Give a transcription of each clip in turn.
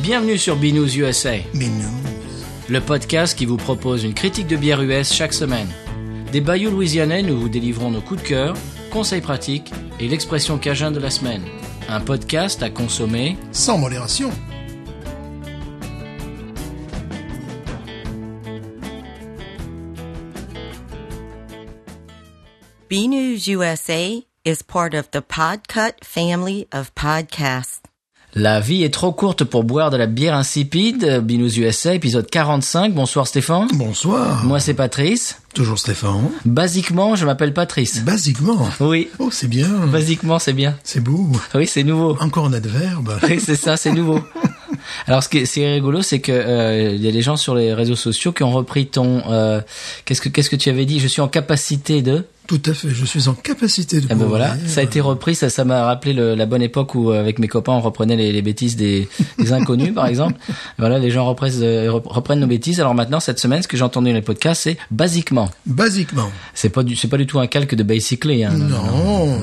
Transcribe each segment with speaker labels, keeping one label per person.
Speaker 1: Bienvenue sur Binous USA,
Speaker 2: Mais non.
Speaker 1: le podcast qui vous propose une critique de bière US chaque semaine. Des bayous louisianais, nous vous délivrons nos coups de cœur, conseils pratiques et l'expression cajun de la semaine. Un podcast à consommer.
Speaker 2: Sans modération.
Speaker 3: B News USA is part of the Podcut family of podcasts.
Speaker 1: La vie est trop courte pour boire de la bière insipide. Binous USA, épisode 45. Bonsoir Stéphane.
Speaker 2: Bonsoir.
Speaker 1: Moi c'est Patrice.
Speaker 2: Toujours Stéphane.
Speaker 1: Basiquement, je m'appelle Patrice.
Speaker 2: Basiquement.
Speaker 1: Oui.
Speaker 2: Oh, c'est bien.
Speaker 1: Basiquement, c'est bien.
Speaker 2: C'est beau.
Speaker 1: Oui, c'est nouveau.
Speaker 2: Encore un adverbe.
Speaker 1: Oui, c'est ça, c'est nouveau. Alors, ce qui est, ce qui est rigolo, c'est que euh, il y a des gens sur les réseaux sociaux qui ont repris ton. euh, qu'est-ce que qu'est-ce que tu avais dit Je suis en capacité de.
Speaker 2: Tout à fait. Je suis en capacité de.
Speaker 1: Eh ben
Speaker 2: pouvoir
Speaker 1: voilà,
Speaker 2: lire.
Speaker 1: ça a été repris. Ça, ça m'a rappelé le- la bonne époque où, euh, avec mes copains, on reprenait les, les bêtises des, des inconnus, par exemple. Voilà, les gens reprennent, euh, rep- reprennent nos bêtises. Alors maintenant, cette semaine, ce que j'ai entendu dans les podcasts, c'est basiquement.
Speaker 2: Basiquement.
Speaker 1: C'est pas du, c'est pas du tout un calque de basically. Hein,
Speaker 2: Non.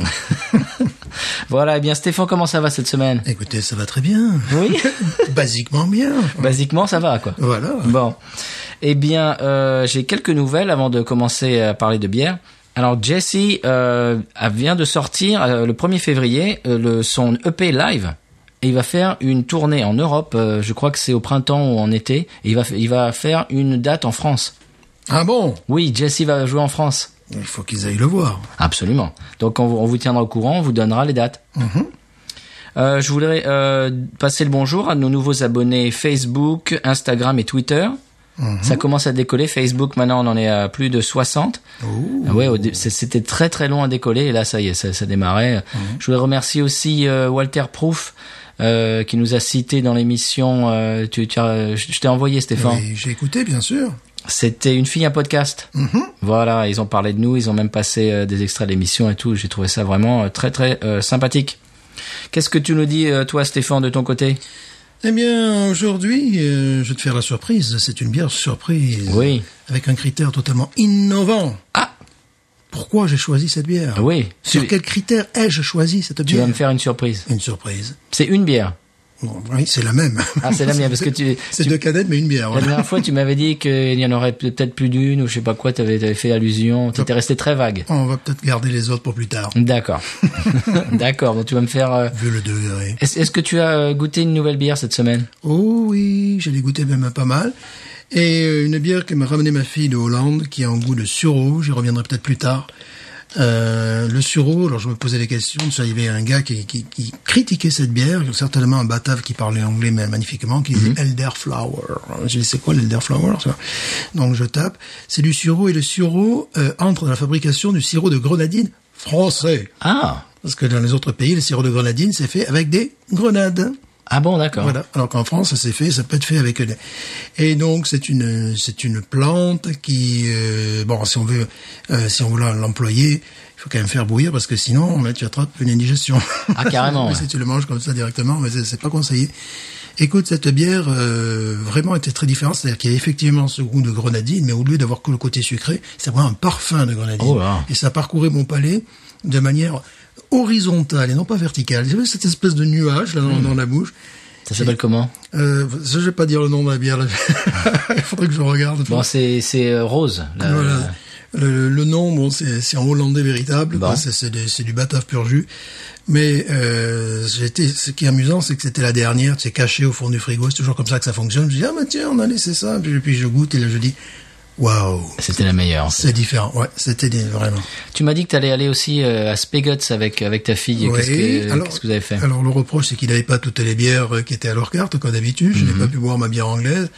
Speaker 1: Voilà. Eh bien, Stéphane, comment ça va cette semaine
Speaker 2: Écoutez, ça va très bien.
Speaker 1: Oui.
Speaker 2: Basiquement bien.
Speaker 1: basiquement, ça va quoi.
Speaker 2: Voilà.
Speaker 1: Bon. Eh bien, euh, j'ai quelques nouvelles avant de commencer à parler de bière. Alors, Jessie euh, a- vient de sortir euh, le 1er février euh, le, son EP live. Et il va faire une tournée en Europe, euh, je crois que c'est au printemps ou en été. Et il va, f- il va faire une date en France.
Speaker 2: Ah bon.
Speaker 1: Oui, Jessie va jouer en France.
Speaker 2: Il faut qu'ils aillent le voir.
Speaker 1: Absolument. Donc on, vous- on vous tiendra au courant, on vous donnera les dates. Euh, je voudrais euh, passer le bonjour à nos nouveaux abonnés Facebook, Instagram et Twitter. Ça commence à décoller. Facebook, maintenant, on en est à plus de 60.
Speaker 2: Oh.
Speaker 1: Ah Ouais, au dé- c'est- c'était très très long à décoller et là, ça y est, ça, ça démarrait. Je voudrais remercier aussi euh, Walter Proof euh, qui nous a cité dans l'émission. euh, tu, tu as- je je t'ai envoyé, Stéphane.
Speaker 2: Mais j'ai écouté, bien sûr.
Speaker 1: C'était une fille, un podcast.
Speaker 2: Mhm.
Speaker 1: Voilà, ils ont parlé de nous, ils ont même passé euh, des extraits d'émissions et tout. J'ai trouvé ça vraiment euh, très très euh, sympathique. Qu'est-ce que tu nous dis, euh, toi, Stéphane, de ton côté
Speaker 2: Eh bien, aujourd'hui, euh, je vais te faire la surprise. C'est une bière surprise.
Speaker 1: Oui.
Speaker 2: Avec un critère totalement innovant.
Speaker 1: Ah
Speaker 2: Pourquoi j'ai choisi cette bière
Speaker 1: Oui.
Speaker 2: Sur
Speaker 1: tu,
Speaker 2: quel critère ai-je choisi cette
Speaker 1: tu vas
Speaker 2: bière
Speaker 1: me faire une surprise.
Speaker 2: Une surprise.
Speaker 1: C'est une bière.
Speaker 2: Bon, oui, c'est la même.
Speaker 1: Ah, c'est la mienne, parce que tu-
Speaker 2: C'est
Speaker 1: tu-
Speaker 2: deux canettes, mais une bière.
Speaker 1: La
Speaker 2: voilà.
Speaker 1: dernière fois, tu m'avais dit qu'il y en aurait peut-être plus d'une ou je sais pas quoi. T'avais avais fait allusion. T'étais resté très vague.
Speaker 2: On va peut-être garder les autres pour plus tard,
Speaker 1: D'accord. D'accord. Donc tu vas me faire. euh,
Speaker 2: vu le degré.
Speaker 1: Est-ce est-ce que tu as euh, goûté une nouvelle bière cette semaine
Speaker 2: Oh oui, j'ai dégoûté même pas mal. Et euh, une bière que m'a ramenée ma fille de Hollande, qui a un goût de sureau, j'y reviendrai peut-être plus tard. Euh, le sureau, alors je me posais des questions, parce qu'il y avait un gars qui, qui, qui critiquait cette bière, certainement un batave qui parlait anglais mais magnifiquement, qui disait Elderflower. J'ai dit c'est quoi l'Elderflower ça Donc je tape, c'est du sureau, et le sureau euh, entre dans la fabrication du sirop de grenadine français.
Speaker 1: Ah.
Speaker 2: Parce que dans les autres pays, le sirop de grenadine, c'est fait avec des grenades.
Speaker 1: Ah bon, d'accord.
Speaker 2: Voilà. Alors qu'en France, ça s'est fait, ça peut être fait avec. des- Et donc c'est une c'est une plante qui euh, bon si on veut euh, si on veut l'employer, il faut quand même faire bouillir parce que sinon là, tu attrapes une indigestion.
Speaker 1: Ah, carrément,
Speaker 2: Mais
Speaker 1: ouais.
Speaker 2: Si tu le manges comme ça directement, mais c'est- c'est pas conseillé. Écoute, cette bière euh, vraiment était très différente, c'est-à-dire qu'il y a effectivement ce goût de grenadine, mais au lieu d'avoir que le côté sucré, c'est vraiment un parfum de grenadine.
Speaker 1: Oh là.
Speaker 2: Et ça parcourait mon palais de manière horizontale et non pas verticale. Vous savez, cette espèce de nuage là,
Speaker 1: Hmm.
Speaker 2: dans- dans la bouche.
Speaker 1: Ça s'appelle comment
Speaker 2: Euh, ça, je vais pas dire le nom de la bière. là. Il faudrait que je regarde.
Speaker 1: Bon, c'est c'est euh, rose. là.
Speaker 2: Voilà. Le, le nom, bon, c'est c'est en hollandais véritable.
Speaker 1: Bon.
Speaker 2: quoi. C'est- C'est des- c'est du batave pur jus. Mais euh, j'étais, ce qui est amusant, c'est que c'était la dernière. C'est caché au fond du frigo. C'est toujours comme ça que ça fonctionne. Je dis ah bah tiens, on a laissé ça. Puis, puis je goûte et là je dis waouh,
Speaker 1: C'était la meilleure. en fait.
Speaker 2: c'est différent. Ouais, c'était des- vraiment.
Speaker 1: Tu m'as dit que t'allais aller aussi euh, à Spegot's avec avec ta fille.
Speaker 2: Ouais,
Speaker 1: Qu'est-ce que
Speaker 2: alors- euh,
Speaker 1: qu'est-ce que vous avez fait
Speaker 2: Alors le reproche, c'est qu'il n'avait pas toutes les bières euh, qui étaient à leur carte, comme d'habitude. Je
Speaker 1: Mhm.
Speaker 2: n'ai pas pu boire ma bière anglaise,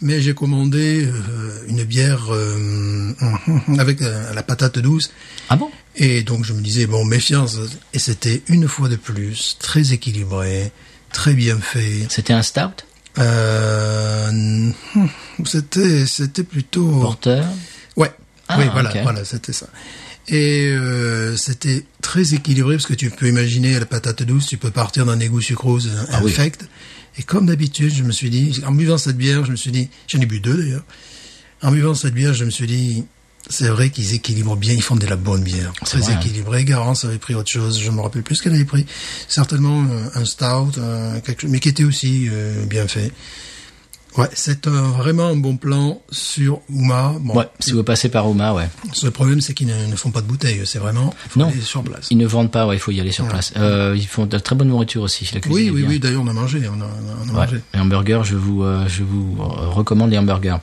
Speaker 2: mais j'ai commandé euh, une bière euh, avec euh, la patate douce.
Speaker 1: Ah bon
Speaker 2: Et donc je me disais, bon, méfiance. Et c'était une fois de plus très équilibré, très bien fait.
Speaker 1: C'était un stout
Speaker 2: Euh, c'était, c'était plutôt...
Speaker 1: porteur.
Speaker 2: Ouais.
Speaker 1: Ah,
Speaker 2: oui, voilà,
Speaker 1: ok.
Speaker 2: voilà, c'était ça. Et euh, c'était très équilibré parce que tu peux imaginer la patate douce, tu peux partir d'un égout sucrose euh,
Speaker 1: Ah oui.
Speaker 2: infect. Et comme d'habitude, je me suis dit, en buvant cette bière, je me suis dit, j'en ai bu deux d'ailleurs. En buvant cette bière, je me suis dit, C'est vrai qu'ils équilibrent bien, ils font de la bonne bière.
Speaker 1: C'est
Speaker 2: Très
Speaker 1: vrai, hein.
Speaker 2: équilibrée. Garance avait pris autre chose, je me rappelle plus ce qu'elle avait pris. Certainement euh, un stout, euh, quelque chose, mais qui était aussi euh, bien fait. Ouais, c'est un- vraiment un bon plan sur Uma. Bon,
Speaker 1: Ouais, si vous passez par Oma, ouais.
Speaker 2: Le problème, c'est qu'ils ne, ne font pas de bouteilles. C'est vraiment il faut
Speaker 1: Non.
Speaker 2: aller sur place.
Speaker 1: Ils ne vendent pas, ouais, il faut y aller sur place. Euh, ils font de la très bonne nourriture aussi. La cuisine
Speaker 2: Oui,
Speaker 1: est
Speaker 2: oui,
Speaker 1: bien.
Speaker 2: oui. D'ailleurs, on a mangé. On a, on a
Speaker 1: Ouais,
Speaker 2: mangé.
Speaker 1: les hamburgers, je vous, euh, je vous euh, recommande les hamburgers.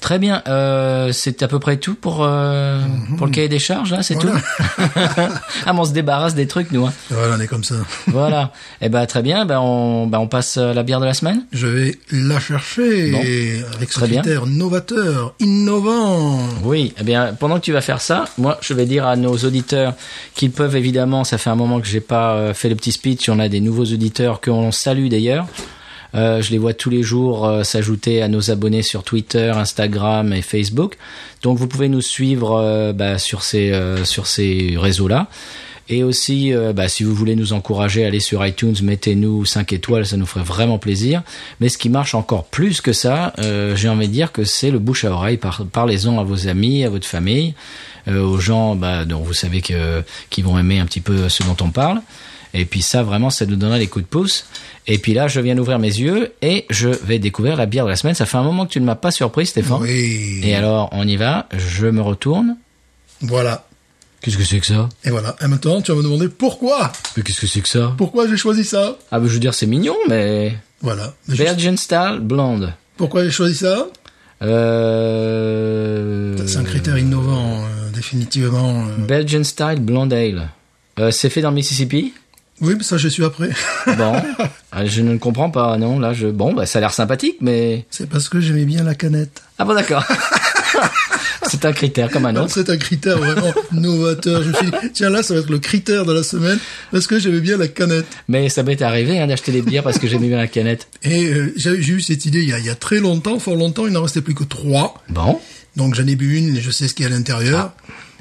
Speaker 1: Très bien, euh, c'est à peu près tout pour, euh, pour le cahier des charges, là, c'est
Speaker 2: Mhm. Voilà.
Speaker 1: tout Ah, mais on se débarrasse des trucs, nous. hein.
Speaker 2: Voilà, on est comme ça.
Speaker 1: Voilà. Eh ben, très bien, ben, on, ben, on passe euh, la bière de la semaine
Speaker 2: Je vais la chercher
Speaker 1: Bon.
Speaker 2: avec ce
Speaker 1: Très bien.
Speaker 2: critère novateur, innovant.
Speaker 1: Oui, eh bien, pendant que tu vas faire ça, moi, je vais dire à nos auditeurs qu'ils peuvent évidemment, ça fait un moment que j'ai pas euh, fait le petit speech, on a des nouveaux auditeurs qu'on salue d'ailleurs. Euh, je les vois tous les jours euh, s'ajouter à nos abonnés sur Twitter, Instagram et Facebook. Donc vous pouvez nous suivre euh, bah, sur ces euh, sur ces réseaux-là. Et aussi, euh, bah, si vous voulez nous encourager, allez sur iTunes, mettez-nous 5 étoiles, ça nous ferait vraiment plaisir. Mais ce qui marche encore plus que ça, euh, j'ai envie de dire que c'est le bouche à oreille. Par- Parlez-en à vos amis, à votre famille, euh, aux gens bah, dont vous savez que, qui vont aimer un petit peu ce dont on parle. Et puis ça, vraiment, ça nous donnera les coups de pouce. Et puis là, je viens d'ouvrir mes yeux et je vais découvrir la bière de la semaine. Ça fait un moment que tu ne m'as pas surpris, Stéphane.
Speaker 2: Oui.
Speaker 1: Et alors, on y va. Je me retourne.
Speaker 2: Voilà.
Speaker 1: Qu'est-ce que c'est que ça
Speaker 2: Et voilà. Et maintenant, tu vas me demander pourquoi
Speaker 1: Mais qu'est-ce que c'est que ça
Speaker 2: Pourquoi j'ai choisi ça
Speaker 1: Ah, bah, je veux dire, c'est mignon, mais...
Speaker 2: Voilà. Mais juste,
Speaker 1: Virgin Style blonde.
Speaker 2: pourquoi j'ai choisi ça
Speaker 1: Euh...
Speaker 2: C'est un critère innovant, euh, définitivement. euh.
Speaker 1: Belgian Style blonde ale. Euh, c'est fait dans le Mississippi
Speaker 2: Oui, mais ça, je suis après.
Speaker 1: Bon, Ah, je ne comprends pas, non, là, je... Bon, bah, ça a l'air sympathique, mais...
Speaker 2: C'est parce que j'aimais bien la canette.
Speaker 1: Ah bon, d'accord. c'est un critère comme un
Speaker 2: Alors,
Speaker 1: autre.
Speaker 2: C'est un critère vraiment novateur. Je me suis dit, tiens, là, ça va être le critère de la semaine parce que j'aimais bien la canette.
Speaker 1: Mais ça m'est arrivé hein, d'acheter des bières parce que j'aimais bien la canette.
Speaker 2: Et euh, j'ai j'ai eu cette idée il y, a, il y a très longtemps, fort longtemps, il n'en restait plus que trois.
Speaker 1: Bon,
Speaker 2: Donc j'en ai bu une, et je sais ce qu'il y a à l'intérieur.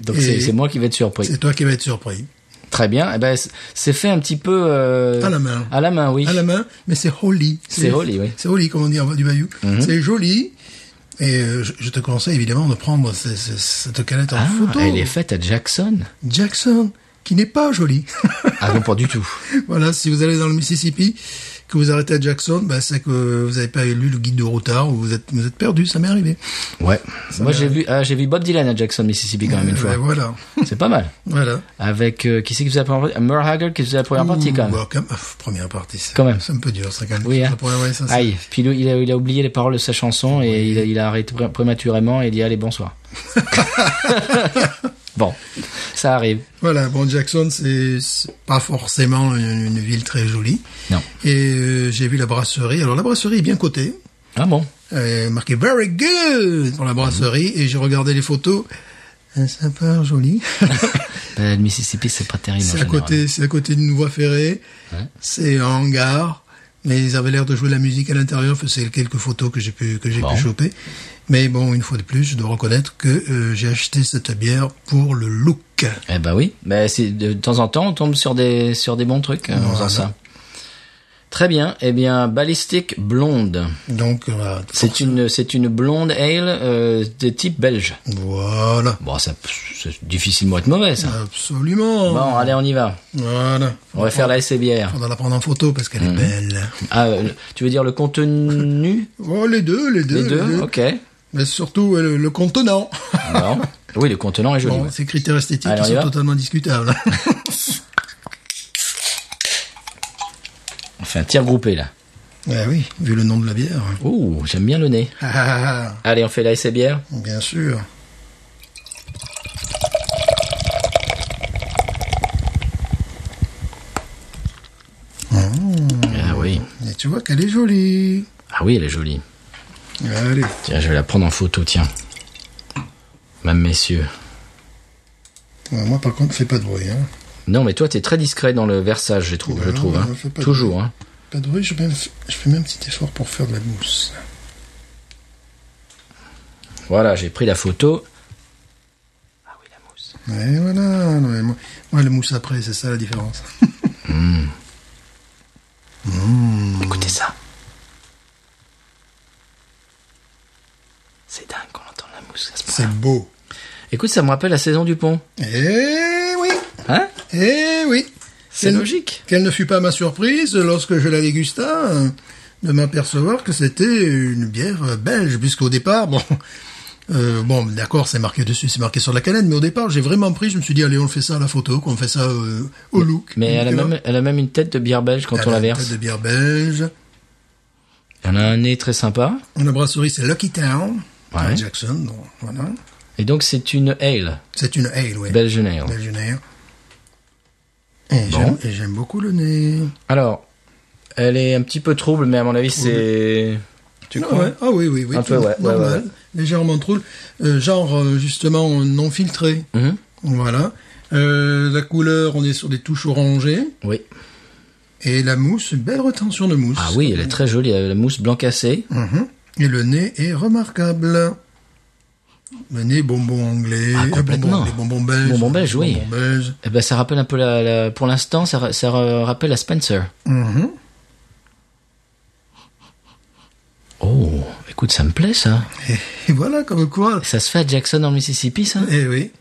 Speaker 1: donc
Speaker 2: Et
Speaker 1: c'est c'est moi qui vais être surpris.
Speaker 2: C'est toi qui vas être surpris.
Speaker 1: Très bien. Eh ben, c'est- c'est fait un petit peu... euh,
Speaker 2: À la main.
Speaker 1: À la main, oui.
Speaker 2: À la main, mais c'est holy.
Speaker 1: C'est holy, oui. Mhm.
Speaker 2: C'est holy, comme on dit en bas du bayou. C'est joli. Et euh, je, je te conseille évidemment de prendre ce- ce- cette canette en
Speaker 1: Ah,
Speaker 2: photo.
Speaker 1: elle est faite à Jackson.
Speaker 2: Jackson, qui n'est pas joli.
Speaker 1: Ah non, pas du tout.
Speaker 2: Voilà, si vous allez dans le Mississippi, que vous arrêtez à Jackson, bah, c'est que vous n'avez pas lu le guide de routard ou vous êtes, vous êtes perdu, ça m'est arrivé.
Speaker 1: Ouais. Moi, j'ai vu, ah, j'ai vu Bob Dylan à Jackson, Mississippi, quand même, une
Speaker 2: Euh,
Speaker 1: fois.
Speaker 2: bah, voilà.
Speaker 1: C'est pas mal.
Speaker 2: voilà.
Speaker 1: Avec, euh, qui c'est qui faisait la première partie Merle Haggard qui faisait la première partie, quand même.
Speaker 2: Ouh, quand même, ah, première partie, c'est
Speaker 1: Quand même.
Speaker 2: c'est un peu dur, ça, quand même.
Speaker 1: Oui, hein.
Speaker 2: Ça pourrait- ouais, ça, c'est-
Speaker 1: Aïe. Puis lui, il a, il a oublié les paroles de sa chanson et il, a, il a arrêté pré- prématurément et il dit allez bonsoir. bon, ça arrive.
Speaker 2: Voilà, bon, Jackson, c'est c'est pas forcément une, une ville très jolie.
Speaker 1: Non.
Speaker 2: Et euh, j'ai vu la brasserie. Alors, la brasserie est bien cotée.
Speaker 1: Ah bon.
Speaker 2: Euh, marqué Very Good pour la brasserie.
Speaker 1: Mhm.
Speaker 2: Et j'ai regardé les photos. Euh, C'est un peu joli.
Speaker 1: Ben, le Mississippi, c'est pas terrible. en
Speaker 2: C'est à
Speaker 1: général.
Speaker 2: côté, c'est à côté d'une voie ferrée. C'est un hangar. Mais ils avaient l'air de jouer de la musique à l'intérieur. Enfin, C'est quelques photos que j'ai pu que j'ai
Speaker 1: Bon.
Speaker 2: pu choper. Mais bon, une fois de plus, je dois reconnaître que euh, j'ai acheté cette bière pour le look.
Speaker 1: Eh ben oui. Ben, c'est, de temps en temps, on tombe sur des, sur des bons trucs euh, en faisant ça. Très bien. Eh bien, Ballistic Blonde.
Speaker 2: Donc euh,
Speaker 1: C'est une, c'est une blonde ale euh, de type belge.
Speaker 2: voilà,
Speaker 1: Bon, ça, c'est difficilement être mauvais, ça.
Speaker 2: absolument.
Speaker 1: Bon, allez, on y va.
Speaker 2: Voilà.
Speaker 1: On va faire la SC bière.
Speaker 2: On va la prendre en photo parce qu'elle est belle.
Speaker 1: Ah, euh, tu veux dire le contenu
Speaker 2: Oh, les deux, les deux.
Speaker 1: Les deux Ok.
Speaker 2: Mais surtout euh, le, le contenant.
Speaker 1: Bon. Oui, le contenant est joli.
Speaker 2: Bon,
Speaker 1: ouais.
Speaker 2: ces critères esthétiques
Speaker 1: Allez,
Speaker 2: ils
Speaker 1: on y
Speaker 2: sont
Speaker 1: va
Speaker 2: totalement discutables.
Speaker 1: On fait un tir groupé, là.
Speaker 2: eh oui, vu le nom de la bière.
Speaker 1: Ouh, j'aime bien le nez.
Speaker 2: Ah, ah, ah.
Speaker 1: Allez, on fait la SC bière.
Speaker 2: Bien sûr.
Speaker 1: Ah oui.
Speaker 2: Et tu vois qu'elle est jolie.
Speaker 1: Ah oui, elle est jolie.
Speaker 2: Allez.
Speaker 1: Tiens, je vais la prendre en photo, tiens. Même messieurs.
Speaker 2: Ouais, moi, par contre, fais pas de bruit. Hein.
Speaker 1: Non, mais toi, t'es très discret dans le versage, je trouve. Je
Speaker 2: Non,
Speaker 1: trouve hein.
Speaker 2: je fais pas de-
Speaker 1: Toujours. Hein.
Speaker 2: Pas de bruit, je fais, je fais même un petit effort pour faire de la mousse.
Speaker 1: Voilà, j'ai pris la photo. Ah oui, la mousse.
Speaker 2: Et voilà. Non, mais moi, moi, la mousse après, c'est ça la différence.
Speaker 1: Écoutez ça. C'est dingue qu'on entend la mousse à ce point.
Speaker 2: C'est beau.
Speaker 1: Écoute, ça me rappelle la saison du pont.
Speaker 2: Eh oui,
Speaker 1: Hein
Speaker 2: eh oui.
Speaker 1: C'est
Speaker 2: Quelle-
Speaker 1: logique.
Speaker 2: Quelle ne fut pas ma surprise lorsque je la dégusta euh, de m'apercevoir que c'était une bière euh, belge, puisqu'au départ, bon, euh, bon, d'accord, c'est marqué dessus, c'est marqué sur la canette, mais au départ, j'ai vraiment pris, je me suis dit, allez, on le fait ça à la photo, qu'on fait ça euh, au look. euh,
Speaker 1: Mais elle a,
Speaker 2: Et là,
Speaker 1: même, elle a même une tête de bière belge quand
Speaker 2: elle
Speaker 1: on la
Speaker 2: a une
Speaker 1: verse.
Speaker 2: tête de bière belge.
Speaker 1: Elle a un nez très sympa.
Speaker 2: La brasserie, c'est Lucky Town, à
Speaker 1: Ouais.
Speaker 2: Jackson, donc, voilà.
Speaker 1: Et donc, c'est une ale,
Speaker 2: C'est une ale, oui.
Speaker 1: belge ale.
Speaker 2: Belge une ale. Et j'aime- et j'aime beaucoup le nez.
Speaker 1: Alors, elle est un petit peu trouble, mais à mon avis, c'est. Tu
Speaker 2: Ah
Speaker 1: crois
Speaker 2: ouais. Ah oui, oui, oui.
Speaker 1: Un
Speaker 2: tout
Speaker 1: peu, ouais, ouais,
Speaker 2: Normal.
Speaker 1: ouais, ouais.
Speaker 2: Légèrement trouble. Euh, genre, euh, justement, non filtré.
Speaker 1: Mhm.
Speaker 2: Voilà. Euh, la couleur, on est sur des touches orangées.
Speaker 1: Oui.
Speaker 2: Et la mousse, belle retention de mousse.
Speaker 1: Ah oui, elle est très jolie, elle a la mousse blanc cassée.
Speaker 2: Mhm. Et le nez est remarquable. Le nez, bonbon anglais.
Speaker 1: Ah,
Speaker 2: euh,
Speaker 1: complètement.
Speaker 2: bonbon, les bonbons belges.
Speaker 1: Bonbons belges, oui.
Speaker 2: Bonbons belges.
Speaker 1: Eh ben, ça rappelle un peu la. la- pour l'instant, ça, ra- ça ra- rappelle la Spencer.
Speaker 2: Mhm.
Speaker 1: Oh, écoute, ça me plaît ça.
Speaker 2: Et voilà, comme quoi.
Speaker 1: Ça se fait à Jackson en Mississippi, ça
Speaker 2: Eh oui.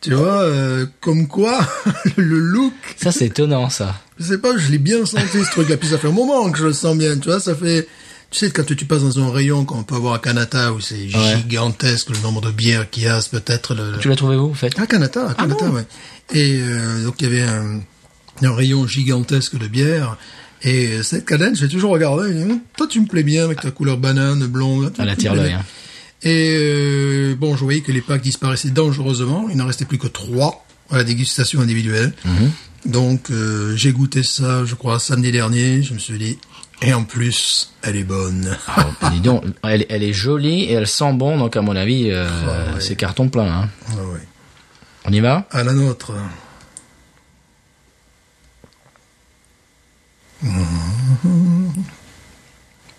Speaker 2: Tu vois, euh, comme quoi, le look
Speaker 1: Ça, c'est étonnant, ça.
Speaker 2: Je sais pas, je l'ai bien senti ce truc-là. Puis ça fait un moment que je le sens bien, tu vois. Ça fait, tu sais, quand tu, tu passes dans un rayon qu'on peut avoir à Kanata où c'est
Speaker 1: Ouais.
Speaker 2: gigantesque le nombre de bières qu'il y a, c'est peut-être le.
Speaker 1: Tu l'as trouvé où, en fait
Speaker 2: À Ah, Kanata, à Kanata, ouais. Et euh, donc il y avait un, un rayon gigantesque de bières. Et euh, cette cadence, j'ai toujours regardé. et, hum, Toi, tu me plais bien avec ta couleur banane, blonde.
Speaker 1: Elle
Speaker 2: la
Speaker 1: attire l'œil. hein.
Speaker 2: et euh, bon, je voyais que les packs disparaissaient dangereusement. Il n'en restait plus que trois à la dégustation individuelle. Donc euh, j'ai goûté ça, je crois, samedi dernier. Je me suis dit, et en plus, elle est bonne.
Speaker 1: Ah, bah, dis donc, elle, elle est jolie et elle sent bon, donc à mon avis, euh,
Speaker 2: ouais.
Speaker 1: c'est carton plein. hein.
Speaker 2: Ah ouais.
Speaker 1: On y va
Speaker 2: À la nôtre.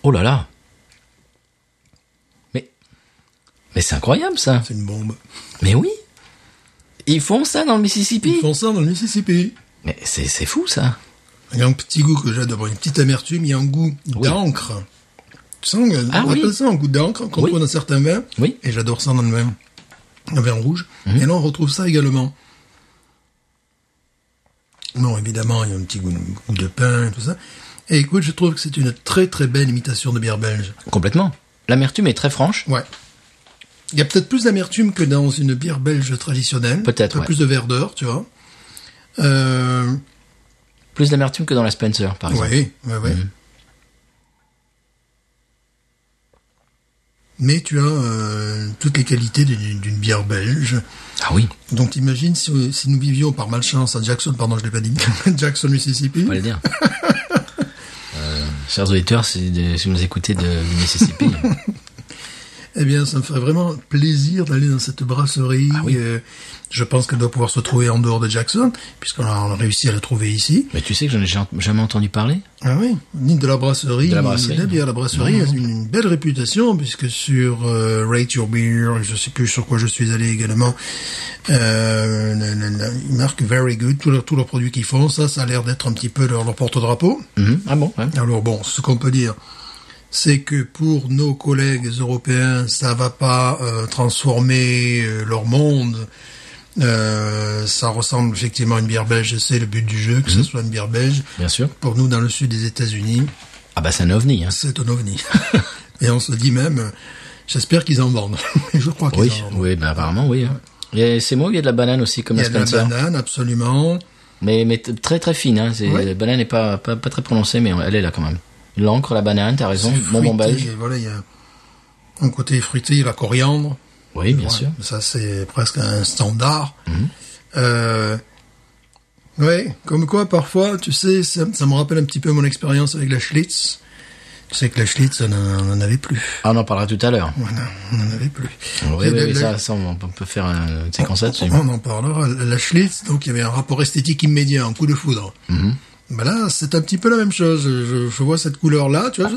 Speaker 1: Oh là là Mais. Mais c'est incroyable, ça
Speaker 2: C'est une bombe.
Speaker 1: Mais oui Ils font ça dans le Mississippi
Speaker 2: Ils font ça dans le Mississippi.
Speaker 1: Mais c'est c'est fou, ça
Speaker 2: Il y a un petit goût que j'adore, une petite amertume, il y a un goût
Speaker 1: Oui.
Speaker 2: d'encre. Tu sens, euh, on
Speaker 1: Ah oui.
Speaker 2: appelle ça un goût d'encre qu'on
Speaker 1: Oui.
Speaker 2: trouve dans certains vins.
Speaker 1: Oui.
Speaker 2: Et j'adore ça dans le vin. Un vin rouge.
Speaker 1: Mhm.
Speaker 2: Et là, on retrouve ça également. Bon, évidemment, il y a un petit goût, goût de pain et tout ça. Et écoute, je trouve que c'est une très très belle imitation de bière belge.
Speaker 1: Complètement. L'amertume est très franche.
Speaker 2: Ouais. Il y a peut-être plus d'amertume que dans une bière belge traditionnelle.
Speaker 1: Peut-être,
Speaker 2: Un peu
Speaker 1: ouais.
Speaker 2: plus de verdeur, tu vois. Euh,
Speaker 1: Plus d'amertume que dans la Spencer, par exemple.
Speaker 2: Oui, oui, oui. Mais tu as euh, toutes les qualités d'une d'une bière belge.
Speaker 1: Ah oui,
Speaker 2: Donc imagine si, si nous vivions par malchance à Jackson, pardon, je l'ai pas dit, Jackson, Mississippi.
Speaker 1: on va le dire. Euh, chers auditeurs, si, de- si vous nous écoutez de, du Mississippi,
Speaker 2: Eh bien, ça me ferait vraiment plaisir d'aller dans cette brasserie. Euh, je pense qu'elle doit pouvoir se trouver en dehors de Jackson, puisqu'on a, on a réussi à la trouver ici.
Speaker 1: mais tu sais que j'en ai ja- jamais entendu parler.
Speaker 2: Ah oui, ni de la brasserie,
Speaker 1: De la
Speaker 2: ni
Speaker 1: brasserie.
Speaker 2: de la bière. La brasserie a une, une belle réputation puisque sur euh, Rate Your Beer, je sais plus sur quoi je suis allé également, euh, la- la- la- une marque Very Good, tous leurs tous leurs produits qu'ils font, ça, ça a l'air d'être un petit peu leur, leur porte-drapeau.
Speaker 1: Mhm. Ah bon ouais.
Speaker 2: Alors bon, ce qu'on peut dire, c'est que pour nos collègues européens, ça va pas euh, transformer euh, leur monde. Euh, ça ressemble effectivement à une bière belge, et c'est le but du jeu, que
Speaker 1: Mhm.
Speaker 2: ce soit une bière belge.
Speaker 1: Bien sûr.
Speaker 2: Pour nous, dans le sud des États-Unis,
Speaker 1: Ah bah c'est un ovni. Hein.
Speaker 2: c'est un ovni. Et on se dit même, euh, j'espère qu'ils en vendent. Et je crois qu'ils
Speaker 1: Oui,
Speaker 2: en vendent.
Speaker 1: oui, bah apparemment oui. hein. Et C'est moi où il y a de la banane aussi comme
Speaker 2: Il y
Speaker 1: la
Speaker 2: a de la
Speaker 1: Spencer.
Speaker 2: banane, absolument.
Speaker 1: Mais, mais t- très très fine. Hein. C'est-
Speaker 2: Ouais.
Speaker 1: La banane n'est pas, pas, pas très prononcée, mais elle est là quand même. L'encre, la banane, t'as raison. bah,
Speaker 2: Fruité,
Speaker 1: Bonbon belge.
Speaker 2: Voilà, il y a un côté fruité, la coriandre.
Speaker 1: Oui, bien sûr. Mhm.
Speaker 2: Ça, c'est presque un standard. Euh, ouais, comme quoi, parfois, tu sais, ça, ça me rappelle un petit peu mon expérience avec la Schlitz. Tu sais que la Schlitz, on en- on en avait plus.
Speaker 1: Ah, on en parlera tout à l'heure.
Speaker 2: Voilà, on en avait plus.
Speaker 1: Oui,
Speaker 2: Et
Speaker 1: oui,
Speaker 2: la-
Speaker 1: oui,
Speaker 2: la-
Speaker 1: ça, ça, on peut faire euh, une séquence là-dessus.
Speaker 2: On en parlera. La Schlitz, donc il y avait un rapport esthétique immédiat, un coup de foudre.
Speaker 1: Mhm.
Speaker 2: Ben là, c'est un petit peu la même chose. Je, je vois cette couleur-là, tu vois, je-